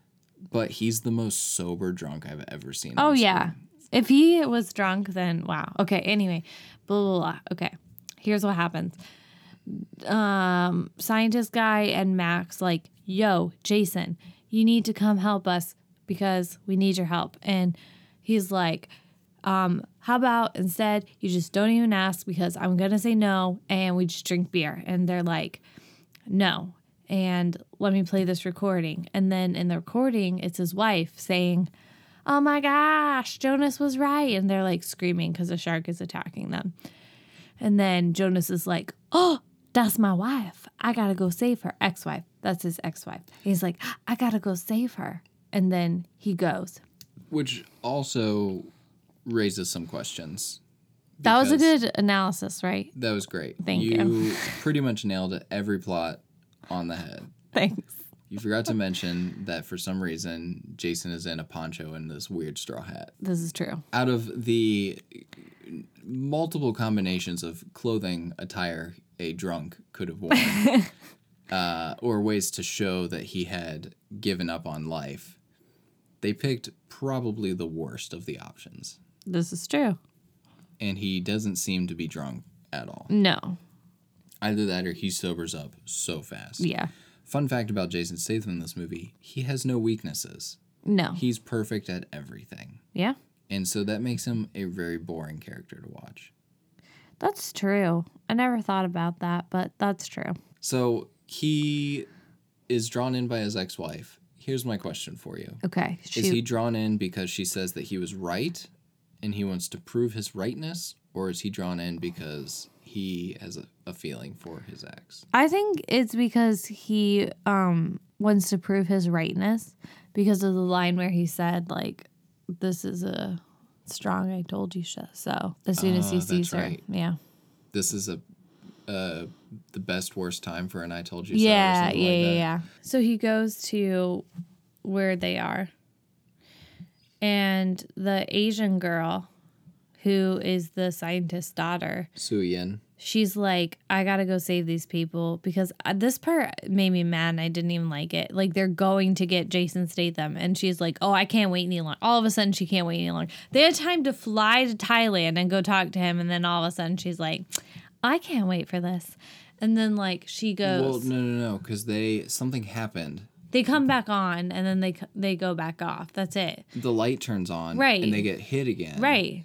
Speaker 6: But he's the most sober drunk I've ever seen.
Speaker 5: Oh
Speaker 6: on
Speaker 5: yeah.
Speaker 6: screen.
Speaker 5: If he was drunk, then wow. Okay. Anyway, blah blah blah. Okay. Here's what happens. Um, scientist guy and Max like, yo, Jason, you need to come help us because we need your help. And he's like, um, how about instead you just don't even ask because I'm gonna say no and we just drink beer. And they're like, no. And let me play this recording. And then in the recording, it's his wife saying, oh my gosh, Jonas was right. And they're like screaming because a shark is attacking them. And then Jonas is like, oh, that's my wife. I gotta go save her. Ex wife. That's his ex wife. He's like, I gotta go save her. And then he goes.
Speaker 6: Which also raises some questions.
Speaker 5: That was a
Speaker 6: Because-
Speaker 5: good analysis, right?
Speaker 6: That was great.
Speaker 5: Thank
Speaker 6: You pretty much nailed it, every plot on the head.
Speaker 5: Thanks.
Speaker 6: You forgot to mention that for some reason Jason is in a poncho and this weird straw hat.
Speaker 5: This is true.
Speaker 6: out of the multiple combinations of clothing attire a drunk could have worn, uh, or ways to show that he had given up on life, they picked probably the worst of the options.
Speaker 5: This is true.
Speaker 6: And he doesn't seem to be drunk at all.
Speaker 5: No.
Speaker 6: Either that or he sobers up so fast.
Speaker 5: Yeah.
Speaker 6: Fun fact about Jason Statham in this movie he has no weaknesses,
Speaker 5: No.
Speaker 6: he's perfect at everything.
Speaker 5: Yeah.
Speaker 6: And so that makes him a very boring character to watch.
Speaker 5: That's true. I never thought about that, but that's true.
Speaker 6: So he is drawn in by his ex wife. Here's my question for you
Speaker 5: Okay.
Speaker 6: Is
Speaker 5: Shoot.
Speaker 6: he drawn in because she says that he was right and he wants to prove his rightness, or is he drawn in because he has a, a feeling for his ex?
Speaker 5: I think it's because he um
Speaker 8: ones to prove his rightness because of the line where he said like this is a strong I told you so. So as soon as
Speaker 6: Ah,
Speaker 8: he
Speaker 6: that's
Speaker 8: sees her,
Speaker 6: right.
Speaker 8: yeah.
Speaker 6: This is a uh the best worst time for an I told you so. or
Speaker 8: Yeah,
Speaker 6: something
Speaker 8: yeah,
Speaker 6: like
Speaker 8: yeah,
Speaker 6: that.
Speaker 8: yeah.
Speaker 5: So he goes to where they are. And the Asian girl, who is the scientist's daughter,
Speaker 6: Su Yin.
Speaker 5: she's like, I gotta go save these people because uh, this part made me mad and I didn't even like it. Like, they're going to get Jason Statham. And she's like, Oh, I can't wait any longer. All of a sudden, she can't wait any longer. They had time to fly to Thailand and go talk to him. And then all of a sudden, she's like, I can't wait for this. And then, like, she goes.
Speaker 6: Well, no, no, no, because they something happened.
Speaker 5: They come back on and then they c- they go back off. That's it.
Speaker 6: The light turns on,
Speaker 5: Right.
Speaker 6: And they get hit again,
Speaker 5: Right.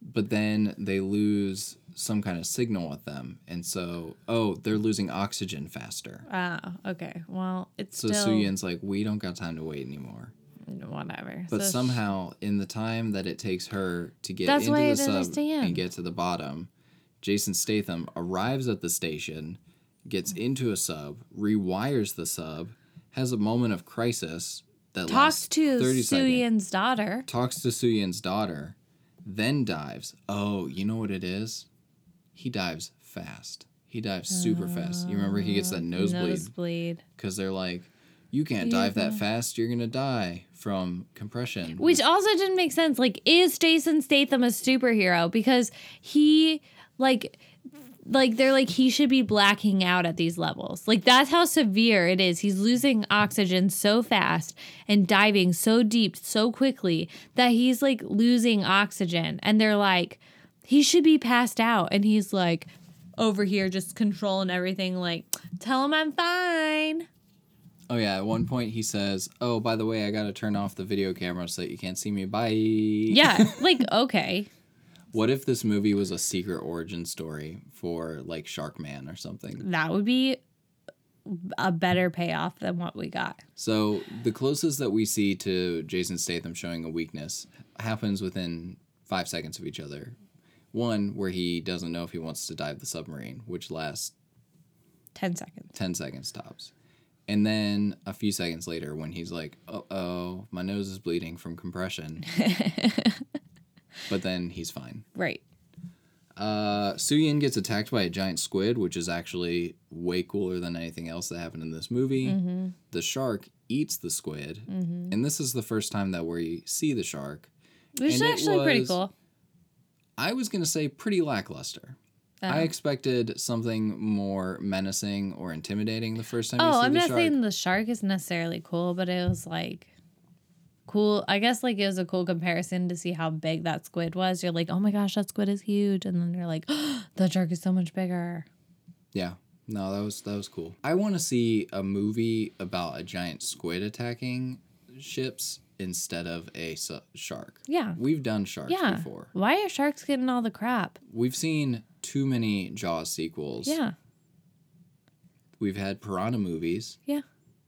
Speaker 6: But then they lose some kind of signal with them, and so oh, they're losing oxygen faster.
Speaker 5: Oh, okay. Well, it's
Speaker 6: So
Speaker 5: still
Speaker 6: Su Yin's like, we don't got time to wait anymore.
Speaker 5: whatever.
Speaker 6: But
Speaker 5: So sh-
Speaker 6: somehow, in the time that it takes her to get
Speaker 5: That's
Speaker 6: into
Speaker 5: why I
Speaker 6: the
Speaker 5: didn't
Speaker 6: sub
Speaker 5: understand.
Speaker 6: and get to the bottom, Jason Statham arrives at the station, gets into a sub, rewires the sub, has a moment of crisis that
Speaker 5: talks
Speaker 6: lasts
Speaker 5: to
Speaker 6: 30 seconds,
Speaker 5: Suyan's daughter.
Speaker 6: talks to Suyin's daughter, then dives. Oh, you know what it is? He dives fast. He dives super fast. You remember he gets that nosebleed
Speaker 5: Nosebleed.
Speaker 6: because they're like, you can't dive that fast. You're gonna die from compression.
Speaker 5: Which also didn't make sense. Like, is Jason Statham a superhero? Because he like like they're like he should be blacking out at these levels. Like that's how severe it is. He's losing oxygen so fast and diving so deep so quickly that he's like losing oxygen and they're like he should be passed out and he's like over here just controlling everything like tell him I'm fine.
Speaker 6: Oh yeah, at one point he says, "Oh, by the way, I gotta turn off the video camera so that you can't see me." Bye.
Speaker 5: Yeah, like okay.
Speaker 6: What if this movie was a secret origin story for like Sharkman or something?
Speaker 5: that would be a better payoff than what we got.
Speaker 6: So the closest that we see to Jason Statham showing a weakness happens within five seconds of each other. One where he doesn't know if he wants to dive the submarine, which lasts
Speaker 5: 10 seconds.
Speaker 6: 10 seconds tops. And then a few seconds later, when he's like, uh oh, my nose is bleeding from compression. but then he's fine.
Speaker 5: Right.
Speaker 6: Uh, Suyin gets attacked by a giant squid, which is actually way cooler than anything else that happened in this movie.
Speaker 5: Mm-hmm.
Speaker 6: The shark eats the squid. And this is the first time that we see the shark.
Speaker 5: Which is
Speaker 6: And it
Speaker 5: actually pretty
Speaker 6: was-
Speaker 5: cool.
Speaker 6: I was going to say pretty lackluster.
Speaker 5: Uh-huh.
Speaker 6: I
Speaker 5: Um,
Speaker 6: expected something more menacing or intimidating the first time you see
Speaker 5: Oh, I'm
Speaker 6: the
Speaker 5: not
Speaker 6: shark.
Speaker 5: saying the shark is necessarily cool, but it was like cool. I guess like it was a cool comparison to see how big that squid was. You're like, oh my gosh, that squid is huge. And then you're like, oh, that shark is so much bigger.
Speaker 6: Yeah. No, that was that was cool. I want to see a movie about a giant squid attacking ships instead of a su- shark.
Speaker 5: Yeah.
Speaker 6: We've done sharks
Speaker 5: Yeah.
Speaker 6: before.
Speaker 5: Why are sharks getting all the crap?
Speaker 6: We've seen too many Jaws sequels.
Speaker 5: Yeah.
Speaker 6: We've had piranha movies.
Speaker 5: Yeah.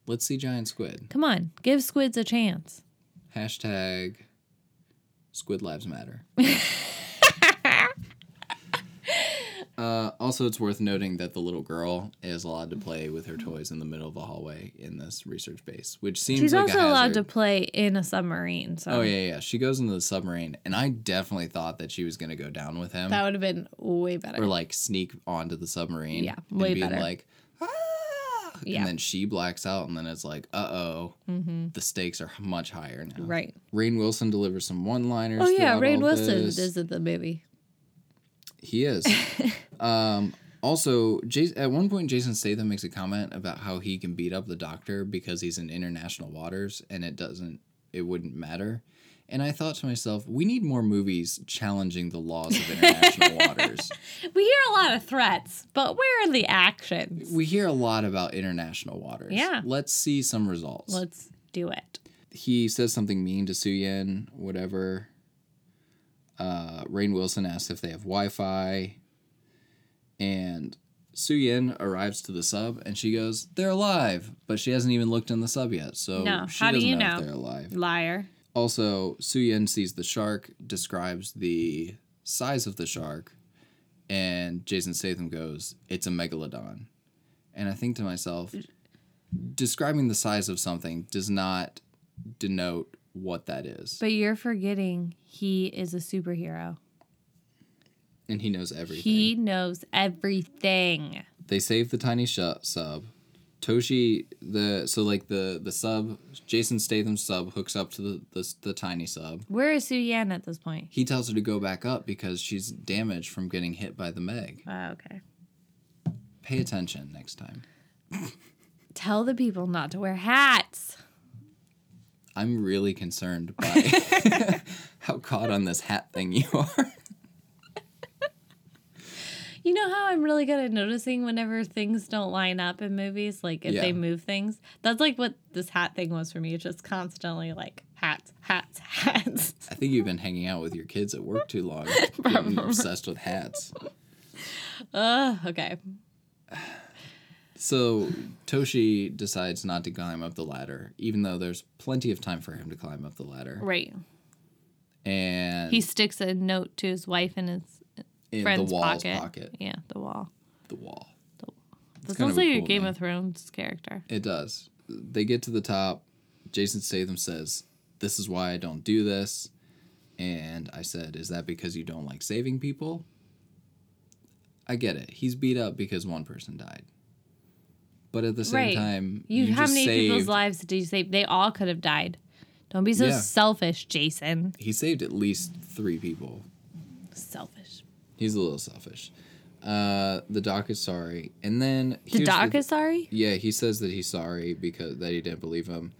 Speaker 6: Let's see giant squid.
Speaker 5: Come on. Give squids a chance.
Speaker 6: Hashtag Squid Lives Matter. uh, also, it's worth noting that the little girl is allowed to play with her toys in the middle of the hallway in this research base, which seems
Speaker 5: She's
Speaker 6: like
Speaker 5: also
Speaker 6: a hazard.
Speaker 5: allowed to play in a submarine. So
Speaker 6: Oh yeah, yeah. She goes into the submarine, and I definitely thought that she was gonna go down with him,
Speaker 5: that would have been way better.
Speaker 6: or like sneak onto the submarine.
Speaker 5: Yeah,
Speaker 6: and
Speaker 5: way
Speaker 6: being
Speaker 5: better.
Speaker 6: Like, ah!
Speaker 5: Yeah. Mm-hmm.
Speaker 6: and then she blacks out, and then it's like, uh oh, the stakes are much higher now.
Speaker 5: Right.
Speaker 6: Rain Wilson delivers some one-liners.
Speaker 5: Oh yeah,
Speaker 6: throughout
Speaker 5: Rain
Speaker 6: all
Speaker 5: Wilson
Speaker 6: this.
Speaker 5: is in the movie.
Speaker 6: He is. um, also, Jason, at one point, Jason Statham makes a comment about how he can beat up the doctor because he's in international waters and it doesn't, it wouldn't matter. And I thought to myself, we need more movies challenging the laws of international waters.
Speaker 5: We hear a lot of threats, but where are the actions?
Speaker 6: We hear a lot about international waters.
Speaker 5: Yeah.
Speaker 6: Let's see some results.
Speaker 5: Let's do it.
Speaker 6: he says something mean to Suyin, whatever. Uh, Rain Wilson asks if they have Wi Fi. And Suyin arrives to the sub and she goes, They're alive. But she hasn't even looked in the sub yet. So
Speaker 5: No,
Speaker 6: she
Speaker 5: how do
Speaker 6: doesn't
Speaker 5: you
Speaker 6: know,
Speaker 5: know?
Speaker 6: if they're alive.
Speaker 5: Liar.
Speaker 6: Also, Suyin sees the shark, describes the size of the shark, and Jason Statham goes, It's a megalodon. And I think to myself, describing the size of something does not denote what that is.
Speaker 5: But you're forgetting he is a superhero.
Speaker 6: and he knows everything.
Speaker 5: He knows everything.
Speaker 6: they save the tiny sh- sub. Toshi the so like the the sub Jason Statham sub hooks up to the, the the tiny sub.
Speaker 5: Where is Suyan at this point?
Speaker 6: He tells her to go back up because she's damaged from getting hit by the Meg.
Speaker 5: Oh, okay.
Speaker 6: Pay attention next time.
Speaker 5: Tell the people not to wear hats.
Speaker 6: I'm really concerned by how caught on this hat thing you are.
Speaker 5: You know how I'm really good at noticing whenever things don't line up in movies, like if
Speaker 6: Yeah.
Speaker 5: they move things. That's like what this hat thing was for me. It's just constantly like hats, hats, hats.
Speaker 6: I think you've been hanging out with your kids at work too long. Getting obsessed with hats.
Speaker 5: Ugh, okay.
Speaker 6: So Toshi decides not to climb up the ladder, even though there's plenty of time for him to climb up the ladder.
Speaker 5: Right.
Speaker 6: And
Speaker 5: He sticks a note to his wife in his
Speaker 6: in
Speaker 5: friend's
Speaker 6: the wall's
Speaker 5: pocket.
Speaker 6: pocket.
Speaker 5: Yeah, the wall.
Speaker 6: The wall.
Speaker 5: This
Speaker 6: kind
Speaker 5: sounds
Speaker 6: of a
Speaker 5: like a
Speaker 6: cool
Speaker 5: Game
Speaker 6: name.
Speaker 5: of Thrones character.
Speaker 6: It does. They get to the top. Jason Statham says, This is why I don't do this. And I said, Is that because you don't like saving people? I get it. He's beat up because one person died. But at the same time,
Speaker 5: you, how
Speaker 6: just
Speaker 5: many people's
Speaker 6: saved-
Speaker 5: lives did you save? They all could have died. Don't be so
Speaker 6: Yeah.
Speaker 5: selfish, Jason.
Speaker 6: He saved at least three people.
Speaker 5: Selfish.
Speaker 6: He's a little selfish. Uh, the doc is sorry, and then
Speaker 5: The
Speaker 6: here's
Speaker 5: doc is sorry,
Speaker 6: yeah. He says that he's sorry because that he didn't believe him,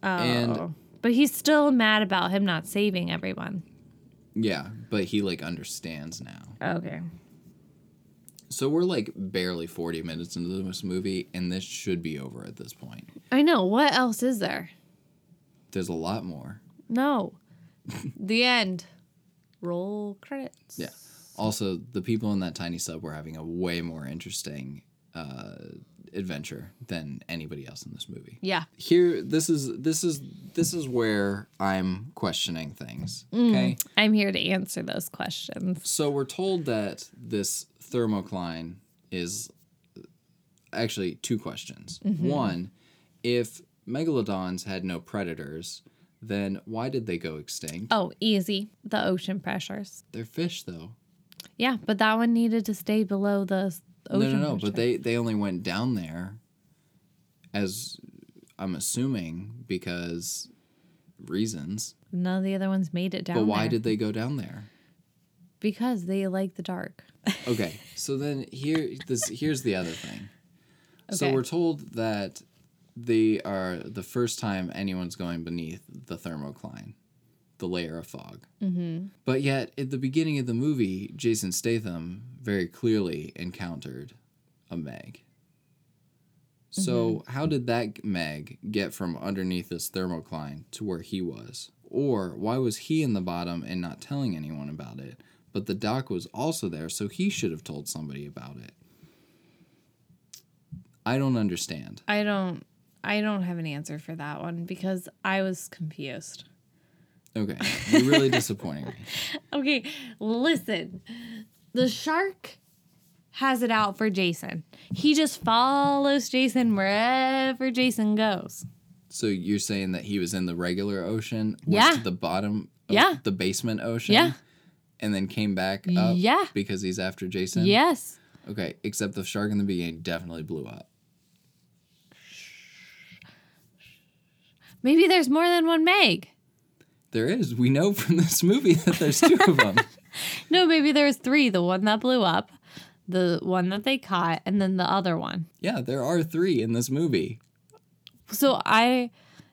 Speaker 6: and
Speaker 5: but he's still mad about him not saving everyone.
Speaker 6: yeah, but he like understands now.
Speaker 5: Okay.
Speaker 6: So we're like barely forty minutes into this movie, and this should be over at this point.
Speaker 5: I know. What else is there?
Speaker 6: There's a lot more.
Speaker 5: No. the end. Roll credits.
Speaker 6: Yeah. Also, the people in that tiny sub were having a way more interesting uh, adventure than anybody else in this movie.
Speaker 5: Yeah.
Speaker 6: Here, this is this is this is where I'm questioning things. Okay.
Speaker 5: I'm here to answer those questions.
Speaker 6: So we're told that this thermocline is actually two questions.
Speaker 5: Mm-hmm.
Speaker 6: One, if megalodons had no predators, then why did they go extinct?
Speaker 5: Oh, easy. The ocean pressures.
Speaker 6: They're fish, though.
Speaker 5: Yeah, but that one needed to stay below the s- ocean.
Speaker 6: no, no, no.
Speaker 5: pressure.
Speaker 6: But they they only went down there, as I'm assuming, because reasons.
Speaker 5: None of the other ones made it down.
Speaker 6: but why
Speaker 5: there.
Speaker 6: did they go down there?
Speaker 5: Because they like the dark.
Speaker 6: Okay, so then here this here's the other thing. So
Speaker 5: Okay.
Speaker 6: we're told that they are the first time anyone's going beneath the thermocline, the layer of fog. Mm-hmm. But yet, at the beginning of the movie, Jason Statham very clearly encountered a Meg. So
Speaker 5: Mm-hmm.
Speaker 6: how did that Meg get from underneath this thermocline to where he was? Or why was he in the bottom and not telling anyone about it? But the doc was also there, so he should have told somebody about it. I don't understand.
Speaker 5: I don't. I don't have an answer for that one because I was confused.
Speaker 6: Okay, you're really disappointing me.
Speaker 5: Okay, listen. The shark has it out for Jason. He just follows Jason wherever Jason goes.
Speaker 6: So you're saying that he was in the regular ocean, went
Speaker 5: Yeah.
Speaker 6: to the bottom, of
Speaker 5: Yeah.
Speaker 6: the basement ocean,
Speaker 5: Yeah.
Speaker 6: and then came back up,
Speaker 5: Yeah.
Speaker 6: because he's after Jason,
Speaker 5: Yes.
Speaker 6: Okay, except the shark in the beginning definitely blew up.
Speaker 5: Maybe there's more than one Meg.
Speaker 6: There is. We know from this movie that there's two of them.
Speaker 5: No, maybe there was three. The one that blew up, the one that they caught, and then the other one.
Speaker 6: Yeah, there are three in this movie.
Speaker 5: So I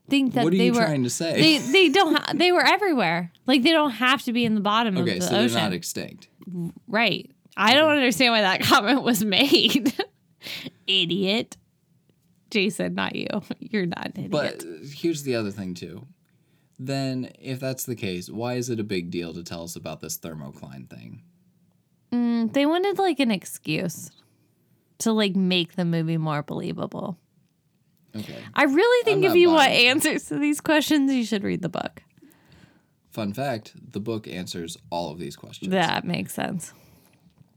Speaker 5: think that
Speaker 6: what are
Speaker 5: they
Speaker 6: you
Speaker 5: were
Speaker 6: trying to say?
Speaker 5: they they don't ha- they were everywhere. Like they don't have to be in the bottom
Speaker 6: okay,
Speaker 5: of the
Speaker 6: so
Speaker 5: ocean.
Speaker 6: they're not extinct.
Speaker 5: right. I don't understand why that comment was made. idiot. Jason, not you. You're not an idiot.
Speaker 6: But here's the other thing too. Then, if that's the case, why is it a big deal to tell us about this thermocline thing?
Speaker 5: Mm, they wanted like an excuse to like make the movie more believable.
Speaker 6: Okay.
Speaker 5: I really
Speaker 6: I'm
Speaker 5: think if
Speaker 6: not
Speaker 5: you want
Speaker 6: buying it.
Speaker 5: answers to these questions, you should read the book.
Speaker 6: Fun fact: the book answers all of these questions.
Speaker 5: That makes sense.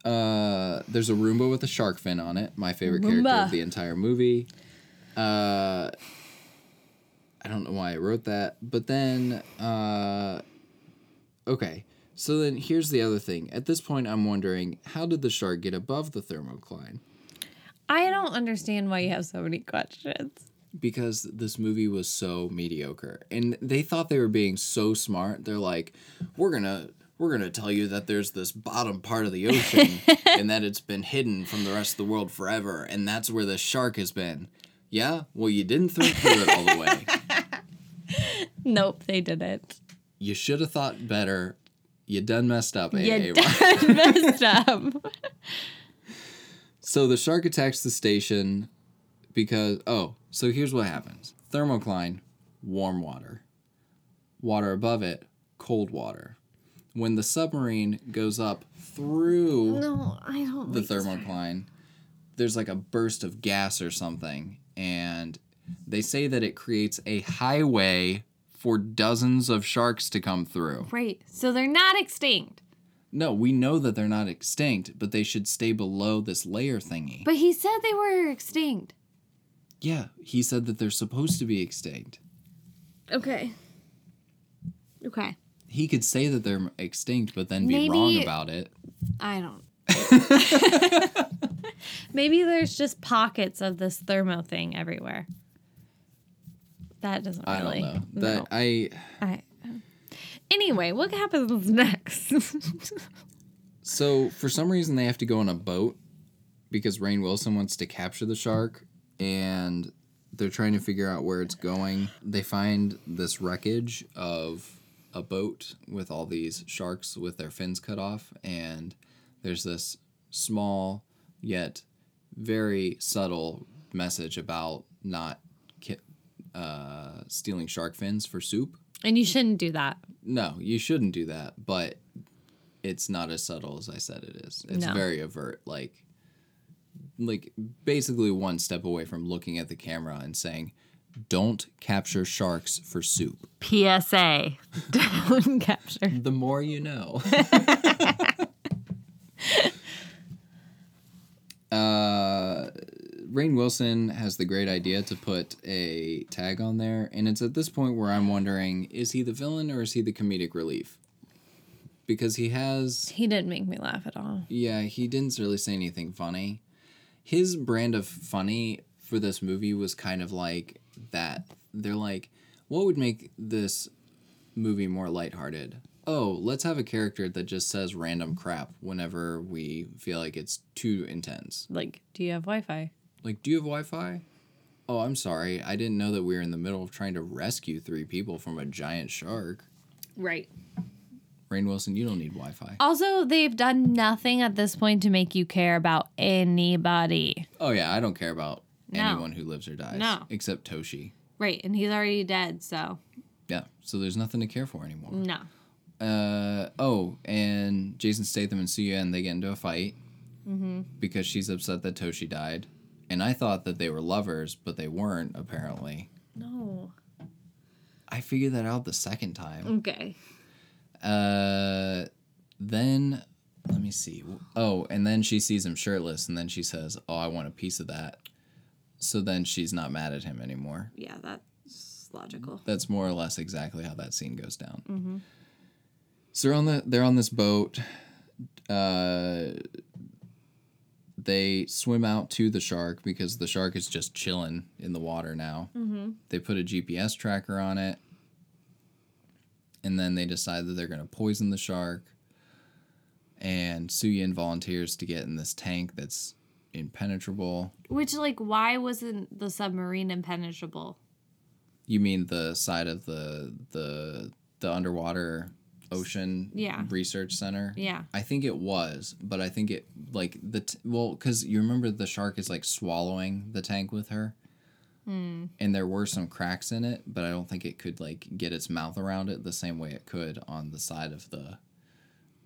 Speaker 6: Uh, there's a Roomba with a shark fin on it. My favorite character
Speaker 5: Roomba.
Speaker 6: of the entire movie. Uh, I don't know why I wrote that, but then uh, okay. So then here's the other thing. At this point, I'm wondering how did the shark get above the thermocline?
Speaker 5: I don't understand why you have so many questions.
Speaker 6: because this movie was so mediocre and they thought they were being so smart they're like we're gonna we're gonna tell you that there's this bottom part of the ocean and that it's been hidden from the rest of the world forever and that's where the shark has been yeah well you didn't think through it all the way
Speaker 5: Nope, they didn't.
Speaker 6: you should have thought better you done messed up
Speaker 5: You
Speaker 6: AA.
Speaker 5: done messed up.
Speaker 6: So the shark attacks the station because oh, so here's what happens. Thermocline, warm water. Water above it, cold water. When the submarine goes up through
Speaker 5: No, I don't.
Speaker 6: the thermocline, there's like a burst of gas or something and they say that it creates a highway for dozens of sharks to come through.
Speaker 8: Right. So they're not extinct.
Speaker 6: No, we know that they're not extinct, but they should stay below this layer thingy.
Speaker 8: But he said they were extinct.
Speaker 6: Yeah, he said that they're supposed to be extinct.
Speaker 8: Okay. Okay.
Speaker 6: He could say that they're extinct, but then be
Speaker 8: Maybe-
Speaker 6: wrong about it.
Speaker 8: I don't.
Speaker 5: Maybe there's just pockets of this thermo thing everywhere. That doesn't
Speaker 6: I
Speaker 5: really.
Speaker 6: don't know. That
Speaker 5: no.
Speaker 6: I
Speaker 5: I- anyway, what happens next?
Speaker 6: so for some reason they have to go on a boat because Rain Wilson wants to capture the shark, and they're trying to figure out where it's going. They find this wreckage of a boat with all these sharks with their fins cut off, and there's this small yet very subtle message about not ki- uh, stealing shark fins for soup.
Speaker 5: and you shouldn't do that.
Speaker 6: No, you shouldn't do that, but it's not as subtle as I said it is. It's
Speaker 5: No.
Speaker 6: very overt, like like basically one step away from looking at the camera and saying, "Don't capture sharks for soup."
Speaker 5: PSA. Don't capture.
Speaker 6: The more you know. uh Rain Wilson has the great idea to put a tag on there, and it's at this point where I'm wondering, is he the villain or is he the comedic relief? Because he has
Speaker 5: He didn't make me laugh at all.
Speaker 6: Yeah, he didn't really say anything funny. His brand of funny for this movie was kind of like that. They're like, what would make this movie more lighthearted? Oh, let's have a character that just says random crap whenever we feel like it's too intense.
Speaker 5: Like, do you have Wi Fi?
Speaker 6: Like, do you have Wi Fi? Oh, I'm sorry. I didn't know that we were in the middle of trying to rescue three people from a giant shark.
Speaker 8: Right.
Speaker 6: Rain Wilson, you don't need Wi Fi.
Speaker 8: Also, they've done nothing at this point to make you care about anybody.
Speaker 6: Oh, yeah, I don't care about
Speaker 8: No.
Speaker 6: anyone who lives or dies.
Speaker 8: No.
Speaker 6: Except Toshi.
Speaker 8: Right. And he's already dead, so
Speaker 6: Yeah, so there's nothing to care for anymore.
Speaker 8: no.
Speaker 6: Uh, oh, and Jason Statham and Suya and they get into a fight because she's upset that Toshi died. And I thought that they were lovers, but they weren't, apparently.
Speaker 5: No.
Speaker 6: I figured that out the second time.
Speaker 5: Okay.
Speaker 6: Uh, then, let me see. Oh, and then she sees him shirtless and then she says, Oh, I want a piece of that. So then she's not mad at him anymore.
Speaker 5: Yeah, that's logical.
Speaker 6: that's more or less exactly how that scene goes down. So they're on the they're on this boat. Uh, they swim out to the shark because the shark is just chilling in the water now. They put a GPS tracker on it, and then they decide that they're going to poison the shark. And Suyin volunteers to get in this tank that's impenetrable.
Speaker 8: Which, like, why wasn't the submarine impenetrable?
Speaker 6: You mean the side of the the the underwater ocean
Speaker 8: Yeah.
Speaker 6: research center?
Speaker 8: Yeah.
Speaker 6: I think it was, but I think it like the t- well cuz you remember the shark is like swallowing the tank with her.
Speaker 8: Hmm.
Speaker 6: And there were some cracks in it, but I don't think it could like get its mouth around it the same way it could on the side of the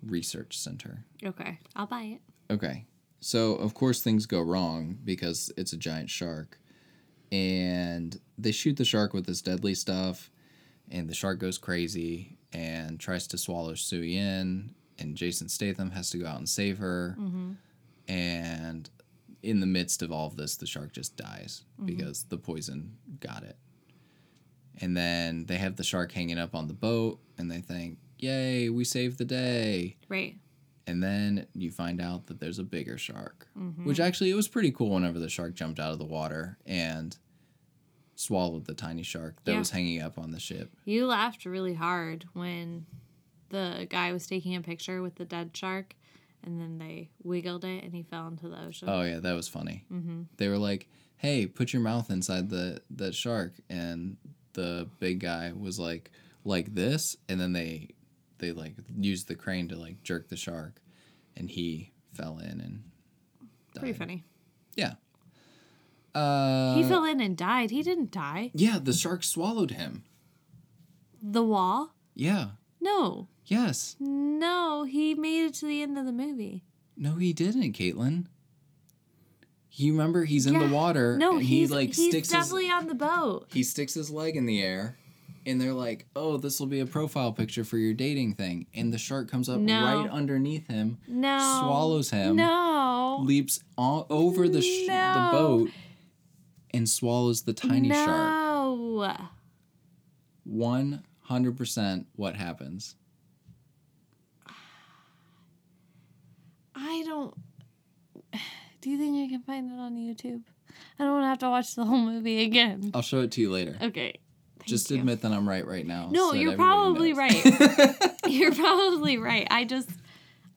Speaker 6: research center.
Speaker 8: Okay. I'll buy it.
Speaker 6: Okay. So, of course, things go wrong because it's a giant shark. And they shoot the shark with this deadly stuff. And the shark goes crazy and tries to swallow Sue in. And Jason Statham has to go out and save her. And in the midst of all of this, the shark just dies because the poison got it. And then they have the shark hanging up on the boat, and they think, "Yay, we saved the day!"
Speaker 5: Right.
Speaker 6: And then you find out that there's a bigger shark,
Speaker 5: Mm-hmm.
Speaker 6: which actually it was pretty cool. Whenever the shark jumped out of the water and swallowed the tiny shark that
Speaker 5: Yeah.
Speaker 6: was hanging up on the ship,
Speaker 5: You laughed really hard when the guy was taking a picture with the dead shark and then they wiggled it and he fell into the ocean.
Speaker 6: Oh yeah, that was funny.
Speaker 5: Mm-hmm.
Speaker 6: They were like, "Hey, put your mouth inside the the shark," and the big guy was like, "Like this," and then they they like used the crane to like jerk the shark, and he fell in and died.
Speaker 5: Pretty funny.
Speaker 6: Yeah. Uh,
Speaker 5: he fell in and died. He didn't die.
Speaker 6: yeah, the shark swallowed him.
Speaker 5: The wall?
Speaker 6: Yeah.
Speaker 5: No.
Speaker 6: Yes.
Speaker 5: No, he made it to the end of the movie.
Speaker 6: No, he didn't, Caitlin. You remember he's in
Speaker 5: Yeah.
Speaker 6: the water.
Speaker 5: No,
Speaker 6: Er, and
Speaker 5: he's,
Speaker 6: he like
Speaker 5: he's
Speaker 6: sticks his-
Speaker 5: definitely on the boat.
Speaker 6: he sticks his leg in the air and they're like oh this will be a profile picture for your dating thing and the shark comes up
Speaker 5: No.
Speaker 6: right underneath him
Speaker 5: No.
Speaker 6: swallows him
Speaker 5: No.
Speaker 6: leaps all over the, sh-
Speaker 5: No.
Speaker 6: the boat and swallows the tiny shark
Speaker 5: no.
Speaker 6: 100% what happens
Speaker 5: I don't. Do you think I can find it on YouTube? I don't want to have to watch the whole movie again.
Speaker 6: i'll show it to you later
Speaker 5: Okay. thank
Speaker 6: just
Speaker 5: you.
Speaker 6: admit that i'm right right now
Speaker 5: No,
Speaker 6: so Oh, that
Speaker 5: you're probably
Speaker 6: everybody knows.
Speaker 5: right. you're probably right. I just,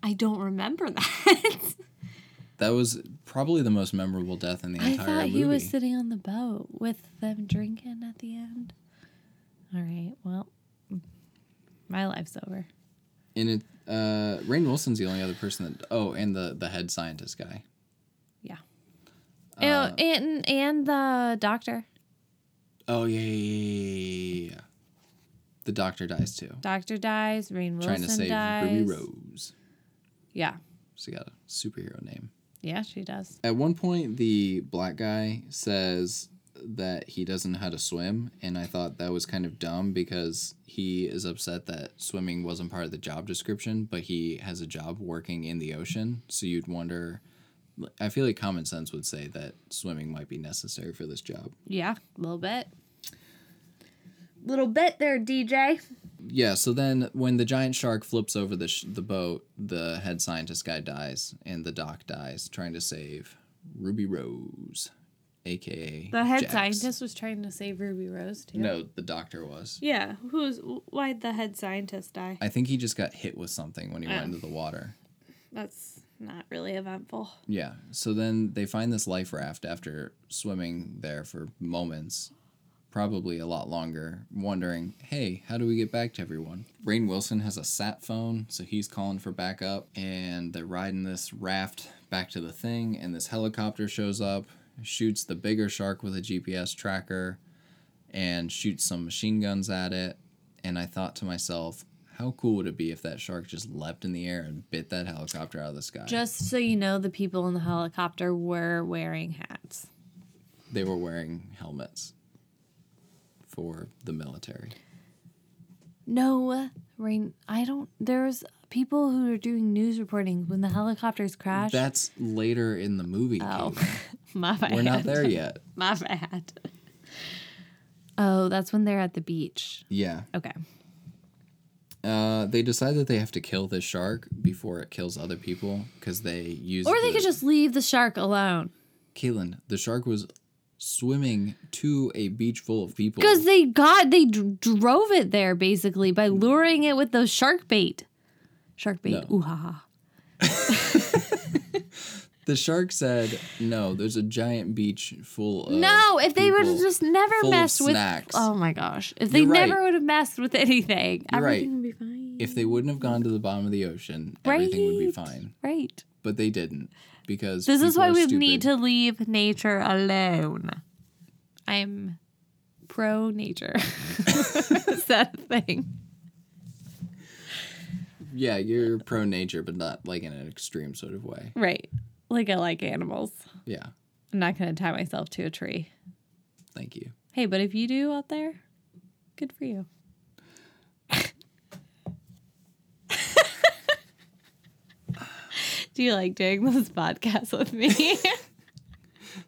Speaker 5: I don't remember that.
Speaker 6: that was probably the most memorable death in the
Speaker 5: I
Speaker 6: entire
Speaker 5: thought
Speaker 6: movie
Speaker 5: he was sitting on the boat with them drinking at the end. All right. Well, my life's over.
Speaker 6: and it uh rain wilson's the only other person that oh and the the head scientist guy
Speaker 9: Yeah.
Speaker 6: Uh,
Speaker 5: oh, and and the doctor.
Speaker 6: Oh yeah, yeah, yeah, yeah, yeah. The doctor dies too,
Speaker 9: Doctor dies. Rain
Speaker 6: trying to save Ruby Rose.
Speaker 9: Yeah.
Speaker 6: She got a superhero name.
Speaker 9: Yeah, she does.
Speaker 6: At one point, the black guy says that he doesn't know how to swim, and I thought that was kind of dumb because he is upset that swimming wasn't part of the job description, but he has a job working in the ocean. So you'd wonder. I feel like common sense would say that swimming might be necessary for this job.
Speaker 9: Yeah, a little bit.
Speaker 5: Little bit there, DJ.
Speaker 6: Yeah, so then when the giant shark flips over the sh- the boat, the head scientist guy dies and the doc dies trying to save Ruby Rose, aka
Speaker 9: The head
Speaker 6: Jax.
Speaker 9: scientist was trying to save Ruby Rose too.
Speaker 6: No, the doctor was.
Speaker 9: Yeah, who's why'd the head scientist die?
Speaker 6: I think he just got hit with something when he
Speaker 9: Oh.
Speaker 6: went into the water.
Speaker 9: That's not really eventful.
Speaker 6: Yeah. So then they find this life raft after swimming there for moments, probably a lot longer, wondering, hey, how do we get back to everyone? Rain Wilson has a sat phone, so he's calling for backup, and they're riding this raft back to the thing, and this helicopter shows up, shoots the bigger shark with a GPS tracker, and shoots some machine guns at it. And I thought to myself, how cool would it be if that shark just leapt in the air and bit that helicopter out of the sky?
Speaker 5: Just so you know, the people in the helicopter were wearing hats.
Speaker 6: they were wearing helmets for the military.
Speaker 5: No, rain. I don't. There's people who are doing news reporting when the helicopters crash.
Speaker 6: That's later in the movie.
Speaker 5: Oh.
Speaker 6: Kate.
Speaker 5: my bad.
Speaker 6: We're not there yet.
Speaker 5: My bad. Oh, that's when they're at the beach.
Speaker 6: Yeah.
Speaker 5: Okay.
Speaker 6: Uh, they decide that they have to kill this shark before it kills other people because they use.
Speaker 5: Or they
Speaker 6: the-
Speaker 5: could just leave the shark alone.
Speaker 6: Caitlin, the shark was swimming to a beach full of people.
Speaker 5: Because they got, they dr- drove it there basically by luring it with those shark bait. Shark bait.
Speaker 6: No.
Speaker 5: Ooh, ha, ha.
Speaker 6: The shark said, "No, there's a giant beach full of."
Speaker 5: No, if they would have
Speaker 6: people."
Speaker 5: just never
Speaker 6: full of
Speaker 5: messed with.
Speaker 6: snacks.
Speaker 5: Oh my gosh. If they
Speaker 6: You're right.
Speaker 5: never would have messed with anything,
Speaker 6: You're right.
Speaker 5: everything would be fine.
Speaker 6: If they wouldn't have gone to the bottom of the ocean, everything would be
Speaker 5: Right.
Speaker 6: fine.
Speaker 5: Right.
Speaker 6: But they didn't because
Speaker 5: This is
Speaker 6: people
Speaker 5: why
Speaker 6: are
Speaker 5: we
Speaker 6: stupid.
Speaker 5: need to leave nature alone. I'm pro nature. is that a thing?
Speaker 6: Yeah, you're pro nature, but not like in an extreme sort of way.
Speaker 5: Right. Like I like animals.
Speaker 6: Yeah,
Speaker 5: I'm not going to tie myself to a tree.
Speaker 6: thank you.
Speaker 5: Hey, but if you do out there, good for you. do you like doing this podcast with me?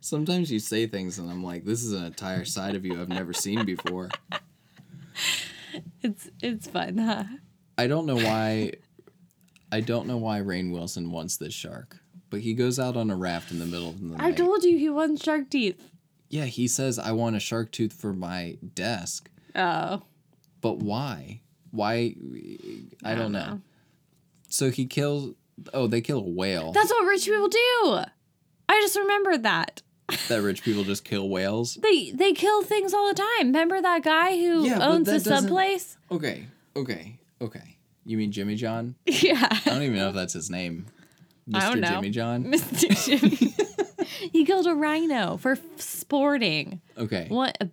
Speaker 6: Sometimes you say things and I'm like, this is an entire side of you I've never seen before.
Speaker 5: It's it's fun, huh?
Speaker 6: I don't know why I don't know why Rain Wilson wants this shark. But he goes out on a raft in the middle of the night.
Speaker 5: I told you he wants shark teeth.
Speaker 6: yeah, he says I want a shark tooth for my desk.
Speaker 5: Oh,
Speaker 6: But why? Why I don't know. So he kills oh, they kill a whale.
Speaker 5: that's what rich people do. I just remembered that
Speaker 6: that rich people just kill whales.
Speaker 5: they they kill things all the time. Remember that guy who
Speaker 6: Yeah, but
Speaker 5: owns the
Speaker 6: that
Speaker 5: sub
Speaker 6: doesn't-
Speaker 5: place?
Speaker 6: Okay, okay, okay. You mean Jimmy John?
Speaker 5: Yeah,
Speaker 6: I don't even know if that's his name. Mr.
Speaker 5: I don't know.
Speaker 6: Jimmy John.
Speaker 5: Mr. Jimmy. he killed a rhino for f- sporting.
Speaker 6: Okay.
Speaker 5: What a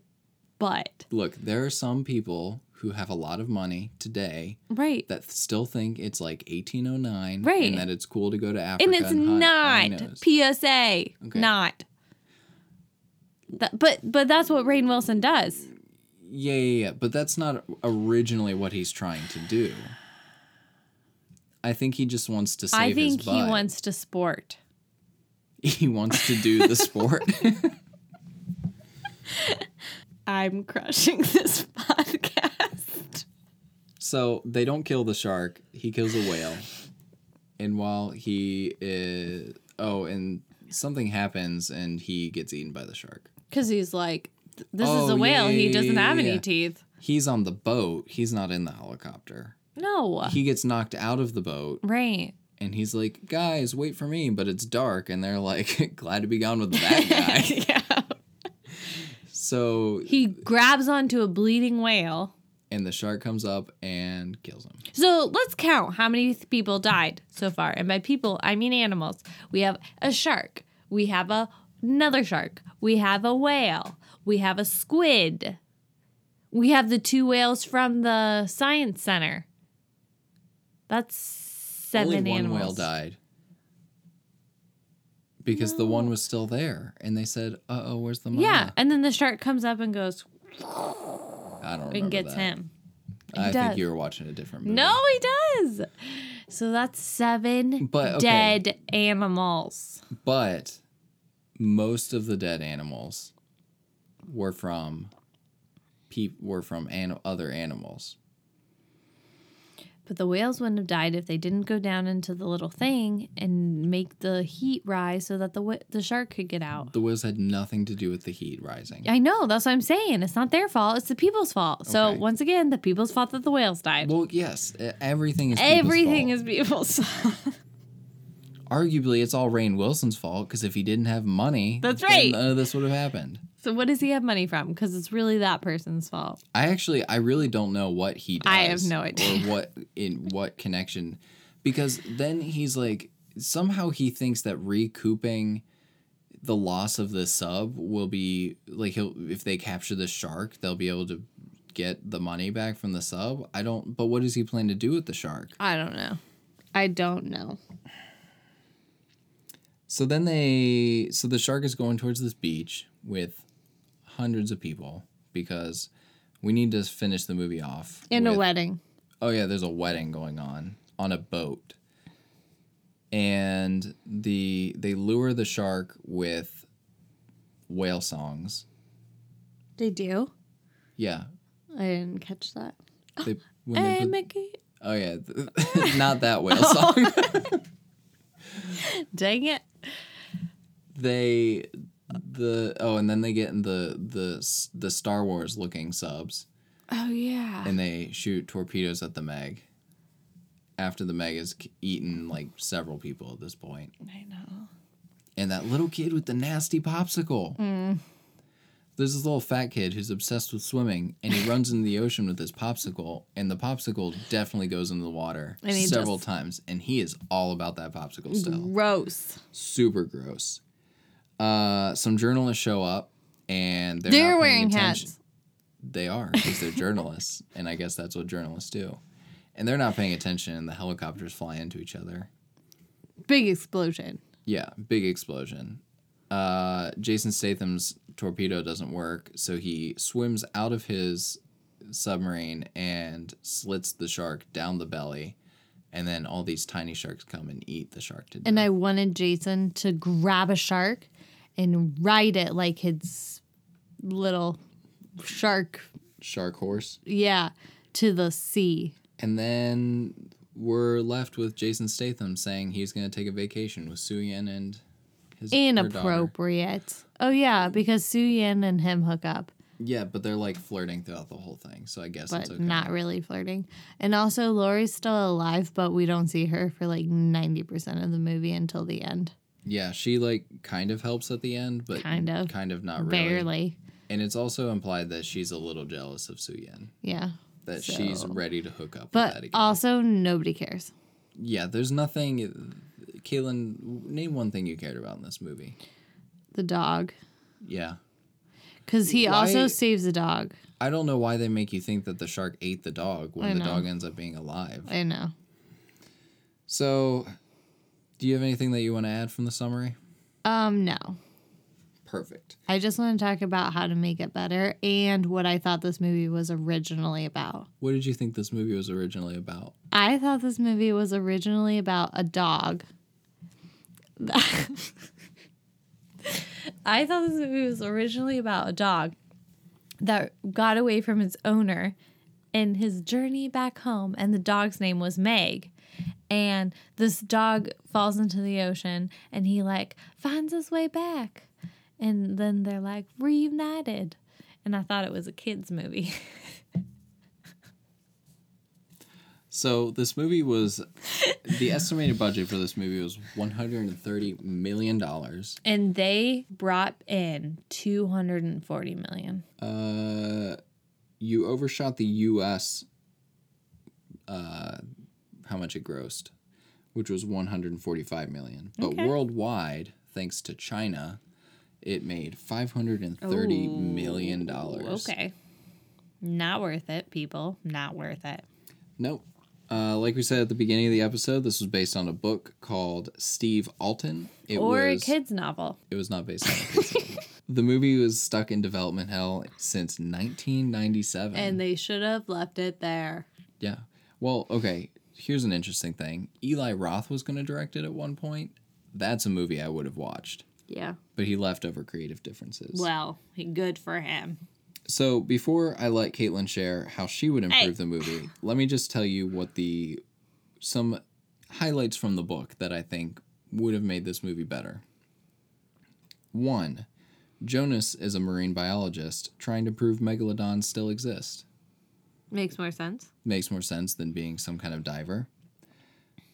Speaker 5: butt.
Speaker 6: Look, there are some people who have a lot of money today
Speaker 5: Right.
Speaker 6: that still think it's like 1809
Speaker 5: Right.
Speaker 6: and that it's cool to go to Africa.
Speaker 5: and it's
Speaker 6: hunt
Speaker 5: not
Speaker 6: rhinos.
Speaker 5: PSA. Not. That, but but that's what Rain Wilson does.
Speaker 6: yeah, yeah, yeah, but that's not originally what he's trying to do. I think he just wants to save
Speaker 5: I think
Speaker 6: his
Speaker 5: he
Speaker 6: butt.
Speaker 5: wants to sport.
Speaker 6: he wants to do the sport.
Speaker 5: I'm crushing this podcast.
Speaker 6: So they don't kill the shark. He kills a whale. And while he is. Oh, and something happens and he gets eaten by the shark.
Speaker 5: Because he's like, th- this
Speaker 6: Oh,
Speaker 5: is a
Speaker 6: yeah,
Speaker 5: whale.
Speaker 6: yeah,
Speaker 5: he doesn't
Speaker 6: yeah,
Speaker 5: have any
Speaker 6: yeah.
Speaker 5: teeth.
Speaker 6: He's on the boat. He's not in the helicopter.
Speaker 5: No.
Speaker 6: He gets knocked out of the boat
Speaker 5: right.
Speaker 6: and he's like, guys, wait for me. But it's dark. And they're like, glad to be gone with that guy.
Speaker 5: yeah.
Speaker 6: so.
Speaker 5: He grabs onto a bleeding whale.
Speaker 6: And the shark comes up and kills him.
Speaker 5: So let's count how many th- people died so far. And by people, I mean animals. We have a shark. We have a, another shark. We have a whale. We have a squid. We have the two whales from the science center. That's seven
Speaker 6: Only one
Speaker 5: animals.
Speaker 6: whale died. Because the one was still there. And they said, uh oh, where's the mama?
Speaker 5: Yeah, and then the shark comes up and goes
Speaker 6: I don't remember
Speaker 5: and gets
Speaker 6: that.
Speaker 5: him.
Speaker 6: I
Speaker 5: does.
Speaker 6: think you were watching a different movie.
Speaker 5: No, he does. So that's seven
Speaker 6: But, okay.
Speaker 5: dead animals.
Speaker 6: But most of the dead animals were from peop were from an- other animals.
Speaker 5: But the whales wouldn't have died if they didn't go down into the little thing and make the heat rise so that the wh- the shark could get out.
Speaker 6: The whales had nothing to do with the heat rising.
Speaker 5: I know, that's what I'm saying. It's not their fault, it's the people's fault. So
Speaker 6: Okay.
Speaker 5: once again, the people's fault that the whales died.
Speaker 6: Well, yes, e- everything is people's
Speaker 5: Everything
Speaker 6: fault.
Speaker 5: is people's fault.
Speaker 6: arguably it's all Rain Wilson's fault because if he didn't have money,
Speaker 5: That's
Speaker 6: then
Speaker 5: right.
Speaker 6: None of this would have happened.
Speaker 5: so what does he have money from? Because it's really that person's fault.
Speaker 6: I actually, I really don't know what he does.
Speaker 5: I have no idea.
Speaker 6: Or what in what connection, because then he's like somehow he thinks that recouping the loss of the sub will be like he'll if they capture the shark they'll be able to get the money back from the sub. I don't. But what does he plan to do with the shark?
Speaker 5: I don't know. I don't know.
Speaker 6: So then they so the shark is going towards this beach with hundreds of people because we need to finish the movie off
Speaker 5: In a
Speaker 6: with-
Speaker 5: wedding.
Speaker 6: oh yeah, there's a wedding going on on a boat, and the they lure the shark with whale songs.
Speaker 5: They do?
Speaker 6: Yeah,
Speaker 5: I didn't catch that.
Speaker 6: they, when they
Speaker 5: Hey,
Speaker 6: put-
Speaker 5: Mickey.
Speaker 6: oh yeah, not that whale song.
Speaker 5: Dang it.
Speaker 6: they the oh, and then they get in the the s- the Star Wars looking subs,
Speaker 5: Oh, yeah.
Speaker 6: and they shoot torpedoes at the Meg. After the Meg has k- eaten like several people at this point.
Speaker 5: I know.
Speaker 6: and that little kid with the nasty popsicle.
Speaker 5: Mm.
Speaker 6: There's this little fat kid who's obsessed with swimming, and he runs into the ocean with his popsicle, and the popsicle definitely goes into the water
Speaker 5: And he
Speaker 6: several
Speaker 5: just-
Speaker 6: times, and he is all about that popsicle still.
Speaker 5: Gross.
Speaker 6: Super gross. Uh, some journalists show up, and they're,
Speaker 5: They're
Speaker 6: not paying
Speaker 5: wearing
Speaker 6: attention.
Speaker 5: hats.
Speaker 6: They are because they're journalists, and I guess that's what journalists do. And they're not paying attention, and the helicopters fly into each other.
Speaker 5: Big explosion.
Speaker 6: Yeah, big explosion. Uh, Jason Statham's torpedo doesn't work, so he swims out of his submarine and slits the shark down the belly, and then all these tiny sharks come and eat the shark to death.
Speaker 5: And I wanted Jason to grab a shark and ride it like his little shark,
Speaker 6: Shark Horse.
Speaker 5: yeah, to the sea.
Speaker 6: And then we're left with Jason Statham saying he's going to take a vacation with Suyin and his her daughter.
Speaker 5: Inappropriate. Oh yeah, because Su Yan and him hook up,
Speaker 6: Yeah, but they're like flirting throughout the whole thing, so I guess
Speaker 5: but
Speaker 6: it's okay.
Speaker 5: not really flirting. And also Lori's still alive, but we don't see her for like ninety percent of the movie until the end.
Speaker 6: yeah, she like kind of helps at the end, but
Speaker 5: Kind of.
Speaker 6: kind of not really.
Speaker 5: Barely.
Speaker 6: And it's also implied that she's a little jealous of Suyin,
Speaker 5: Yeah.
Speaker 6: that she's
Speaker 5: So-
Speaker 6: ready to hook up with that
Speaker 5: But
Speaker 6: again.
Speaker 5: also nobody cares.
Speaker 6: yeah, there's nothing. Kaylin, name one thing you cared about in this movie.
Speaker 5: The dog.
Speaker 6: Yeah,
Speaker 5: Because he
Speaker 6: Why-
Speaker 5: also saves the dog.
Speaker 6: I don't know why they make you think that the shark ate the dog when
Speaker 5: I
Speaker 6: the
Speaker 5: know.
Speaker 6: dog ends up being alive.
Speaker 5: I know.
Speaker 6: So, do you have anything that you want to add from the summary?
Speaker 5: Um, no.
Speaker 6: Perfect.
Speaker 5: I just want to talk about how to make it better and what I thought this movie was originally about.
Speaker 6: What did you think this movie was originally about?
Speaker 5: I thought this movie was originally about a dog. I thought this movie was originally about a dog that got away from its owner in his journey back home, and the dog's name was Meg. And this dog falls into the ocean, and he like finds his way back. And then they're like reunited. And I thought it was a kids' movie.
Speaker 6: So, this movie was the estimated budget for this movie was 130 million dollars.
Speaker 5: and they brought in 240 million
Speaker 6: Uh, you overshot the U.S. Uh, how much it grossed, which was 145 million, but worldwide, thanks to China, it made 530 million dollars.
Speaker 5: okay not worth it people not worth it
Speaker 6: Nope. Uh, like we said at the beginning of the episode, this was based on a book called Steve Alton. It
Speaker 5: or
Speaker 6: was,
Speaker 5: a kids novel
Speaker 6: It was not based on a kid's novel. The movie was stuck in development hell since 1997.
Speaker 5: they should have left it there
Speaker 6: yeah. Well, okay. Here's an interesting thing. Eli Roth was going to direct it at one point. That's a movie I would have watched,
Speaker 5: yeah
Speaker 6: but he left over creative differences.
Speaker 5: well good for him
Speaker 6: So before I let Caitlin share how she would improve
Speaker 5: Hey.
Speaker 6: the movie, let me just tell you what the some highlights from the book that I think would have made this movie better. One, Jonas is a marine biologist trying to prove megalodons still exist.
Speaker 5: makes more sense
Speaker 6: Makes more sense than being some kind of diver.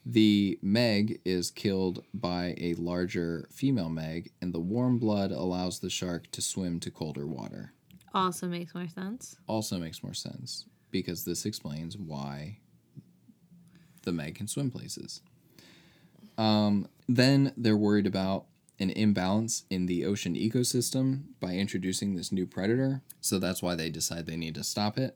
Speaker 6: The Meg is killed by a larger female Meg, and the warm blood allows the shark to swim to colder water
Speaker 5: also makes more sense
Speaker 6: also makes more sense because this explains why the Meg can swim places. Um, then they're worried about an imbalance in the ocean ecosystem by introducing this new predator. So that's why they decide they need to stop it.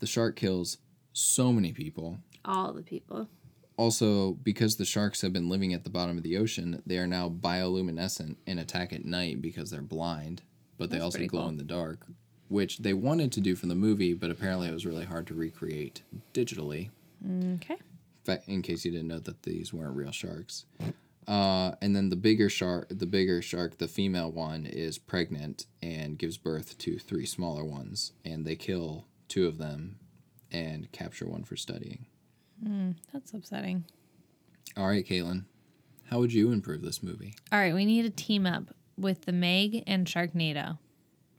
Speaker 6: The shark kills so many people.
Speaker 5: all the people
Speaker 6: Also, because the sharks have been living at the bottom of the ocean, they are now bioluminescent and attack at night because they're blind, but they also
Speaker 5: pretty
Speaker 6: glow
Speaker 5: cool.
Speaker 6: in the dark, which they wanted to do for the movie, but apparently it was really hard to recreate digitally.
Speaker 5: okay
Speaker 6: fa- In case you didn't know that these weren't real sharks. Uh, and then the bigger shark, the bigger shark, the female one is pregnant and gives birth to three smaller ones, and they kill two of them and capture one for studying.
Speaker 10: That's upsetting.
Speaker 6: All right, Caitlin. How would you improve this movie?
Speaker 5: all right we need a team up with the meg and sharknado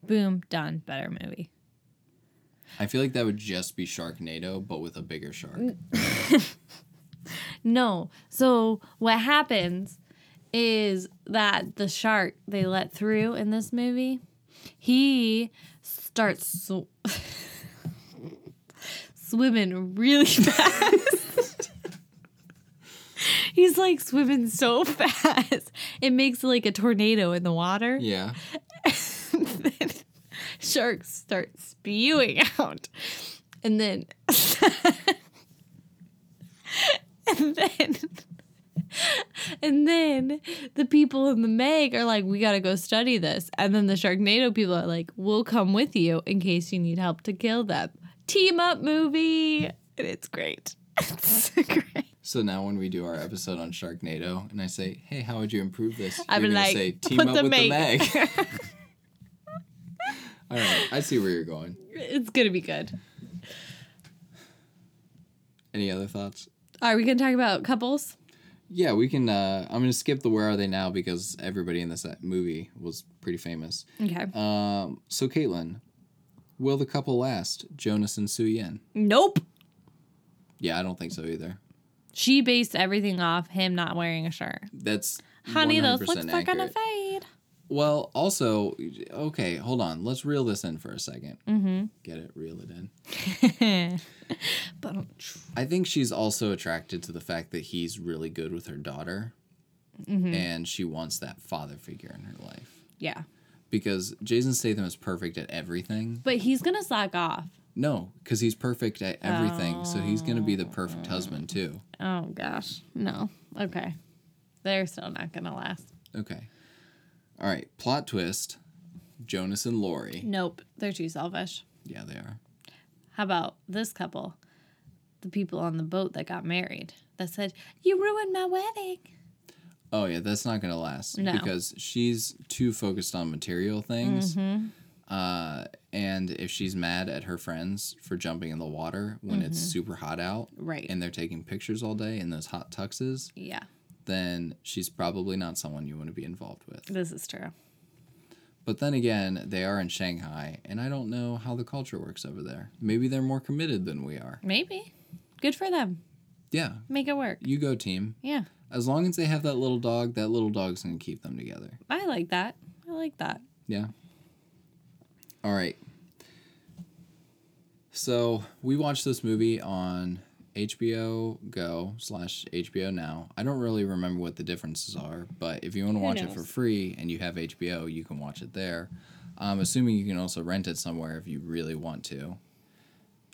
Speaker 5: boom done better movie
Speaker 6: I feel like that would just be Sharknado, but with a bigger shark.
Speaker 5: Mm. No. So what happens is that the shark they let through in this movie, he starts sw- swimming really fast. He's like swimming so fast. It makes like a tornado in the water.
Speaker 6: Yeah.
Speaker 5: then sharks start spewing out. And then and then and then the people in the Meg are like, we gotta go study this. And then the Sharknado people are like, we'll come with you in case you need help to kill them. Team up movie. And it's great. It's so great.
Speaker 6: So now when we do our episode on Sharknado, and I say, "Hey, how would you improve this?"
Speaker 5: I'd
Speaker 6: you're
Speaker 5: be
Speaker 6: gonna
Speaker 5: like,
Speaker 6: say, "Team
Speaker 5: "Put
Speaker 6: up
Speaker 5: the
Speaker 6: with the
Speaker 5: Meg."
Speaker 6: Meg." All right, I see where you're going.
Speaker 5: It's gonna be good.
Speaker 6: Any other thoughts?
Speaker 5: Are we gonna talk about couples?
Speaker 6: Yeah, we can. Uh, I'm gonna skip the "Where are they now" because everybody in this uh, movie was pretty famous.
Speaker 5: Okay.
Speaker 6: Um, so Caitlin, will the couple last? Jonas and Su Yin.
Speaker 5: nope.
Speaker 6: Yeah, I don't think so either.
Speaker 5: She based everything off him not wearing a shirt.
Speaker 6: That's
Speaker 5: Honey, those
Speaker 6: 100%
Speaker 5: looks are gonna
Speaker 6: accurate.
Speaker 5: fade.
Speaker 6: Well, also, okay, hold on. Let's reel this in for a 2nd Mm-hmm. Get it, reel it in.
Speaker 5: But
Speaker 6: I think she's also attracted to the fact that he's really good with her daughter,
Speaker 5: Mm-hmm.
Speaker 6: and she wants that father figure in her life
Speaker 5: yeah.
Speaker 6: because Jason Statham is perfect at everything.
Speaker 5: But he's gonna slack off.
Speaker 6: No, because he's perfect at everything, so he's gonna be the perfect husband too.
Speaker 5: Oh gosh. No. Okay. They're still not gonna last.
Speaker 6: Okay, all right. Plot twist: Jonas and Lori.
Speaker 5: Nope. They're too selfish.
Speaker 6: Yeah, they are.
Speaker 5: How about this couple? The people on the boat that got married that said, You ruined my wedding.
Speaker 6: Oh yeah, that's not gonna last
Speaker 5: No.
Speaker 6: because she's too focused on material things.
Speaker 5: Mm-hmm.
Speaker 6: Uh, and if she's mad at her friends for jumping in the water when it's super hot out,
Speaker 5: Mm-hmm. Right.
Speaker 6: and they're taking pictures all day in those hot tuxes,
Speaker 5: Yeah,
Speaker 6: then she's probably not someone you want to be involved with.
Speaker 5: this is true.
Speaker 6: But then again, they are in Shanghai, and I don't know how the culture works over there. Maybe they're more committed than we are.
Speaker 5: Maybe. Good for them.
Speaker 6: Yeah,
Speaker 5: Make it work.
Speaker 6: you go team.
Speaker 5: Yeah.
Speaker 6: As long as they have that little dog, that little dog's gonna keep them together.
Speaker 5: I like that. I like that.
Speaker 6: Yeah. All right. So we watched this movie on HBO Go slash HBO Now. I don't really remember what the differences are, but if you want to watch it for
Speaker 5: knows?
Speaker 6: free and you have HBO, you can watch it there. I'm assuming you can also rent it somewhere if you really want to.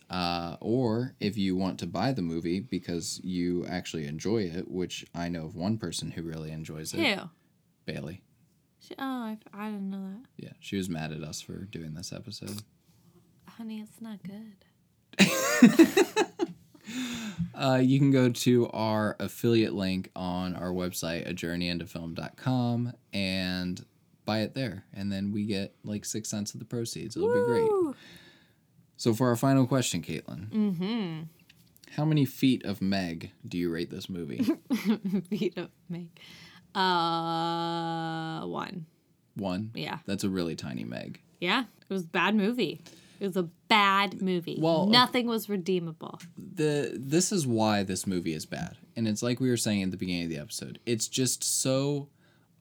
Speaker 6: Uh, or if you want to buy the movie because you actually enjoy it, which I know of one person who really enjoys it.
Speaker 8: Ew.
Speaker 6: Bailey.
Speaker 8: She, oh, I, I didn't know that.
Speaker 6: Yeah, she was mad at us for doing this episode.
Speaker 8: Honey, it's not good.
Speaker 6: Uh, you can go to our affiliate link on our website, a journeyintofilm.com, and buy it there. And then we get like six cents of the proceeds. It'll be great. So, for our final question, Caitlin, mm-hmm. how many feet of Meg do you rate this movie?
Speaker 8: Beat up me. Uh, one.
Speaker 6: One?
Speaker 8: Yeah.
Speaker 6: That's a really tiny Meg.
Speaker 8: Yeah, it was a bad movie. It was a bad movie.
Speaker 6: Well,
Speaker 8: nothing was redeemable.
Speaker 6: the this is why this movie is bad and it's like we were saying at the beginning of the episode it's just so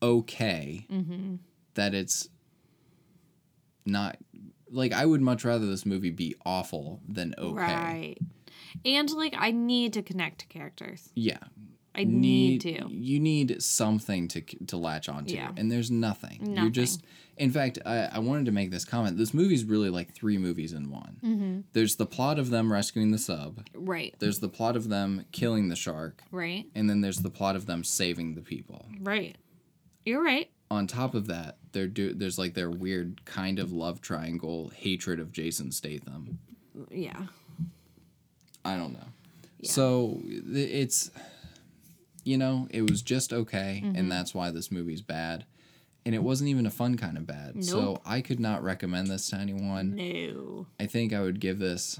Speaker 6: okay
Speaker 8: Mm-hmm.
Speaker 6: that it's not like i would much rather this movie be awful than okay
Speaker 8: Right. And like, I need to connect to characters.
Speaker 6: yeah
Speaker 8: I need, to.
Speaker 6: you need something to to latch onto
Speaker 8: Yeah.
Speaker 6: and there's nothing. you're
Speaker 8: Nothing.
Speaker 6: just in fact I, I wanted to make this comment this movie's really like three movies in one
Speaker 8: Mm-hmm.
Speaker 6: there's the plot of them rescuing the sub
Speaker 8: Right.
Speaker 6: there's the plot of them killing the shark
Speaker 8: Right.
Speaker 6: and then there's the plot of them saving the people.
Speaker 8: Right. You're right.
Speaker 6: On top of that, they're do- there's like their weird kind of love triangle hatred of Jason Statham.
Speaker 8: Yeah.
Speaker 6: I don't know. So i- it's you know, it was just okay and that's why this movie's bad. And it wasn't even a fun kind of bad. So
Speaker 8: Nope.
Speaker 6: I could not recommend this to anyone.
Speaker 8: No.
Speaker 6: I think I would give this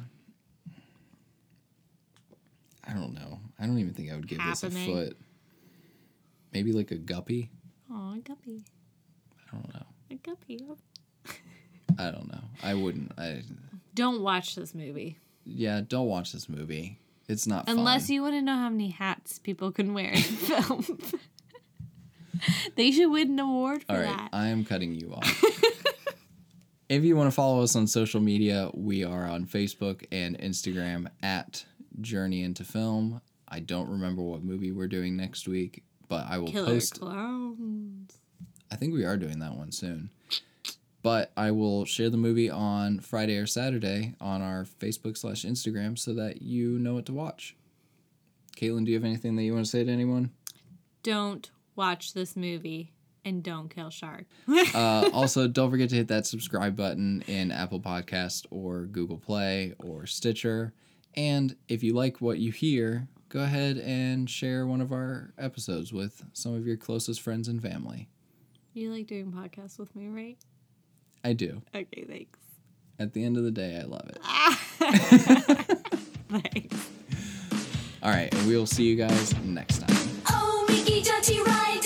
Speaker 6: I don't know. I don't even think I would give this a
Speaker 8: Happening.
Speaker 6: foot. Maybe like a guppy.
Speaker 8: Aw, guppy.
Speaker 6: I don't know.
Speaker 8: A guppy.
Speaker 6: I don't know. I wouldn't. I
Speaker 8: Don't watch this movie.
Speaker 6: yeah. Don't watch this movie. It's not
Speaker 8: Unless
Speaker 6: fun.
Speaker 8: you want to know how many hats people can wear in film. they should win an award for
Speaker 6: All right,
Speaker 8: that.
Speaker 6: I am cutting you off. if you want to follow us on social media, we are on Facebook and Instagram at Journey into Film. I don't remember what movie we're doing next week, but I will
Speaker 8: Killer
Speaker 6: post.
Speaker 8: clowns.
Speaker 6: I think we are doing that one soon. But I will share the movie on Friday or Saturday on our Facebook slash Instagram so that you know what to watch. Caitlin, do you have anything that you want to say to anyone?
Speaker 8: Don't watch this movie and don't kill shark.
Speaker 6: Uh, also, don't forget to hit that subscribe button in Apple Podcast or Google Play or Stitcher. And if you like what you hear, go ahead and share one of our episodes with some of your closest friends and family.
Speaker 5: You like doing podcasts with me, right?
Speaker 6: I do.
Speaker 5: Okay, thanks.
Speaker 6: At the end of the day, I love it.
Speaker 5: Thanks.
Speaker 6: All right, and we'll see you guys next time.
Speaker 4: Oh, Mickey, don't you ride?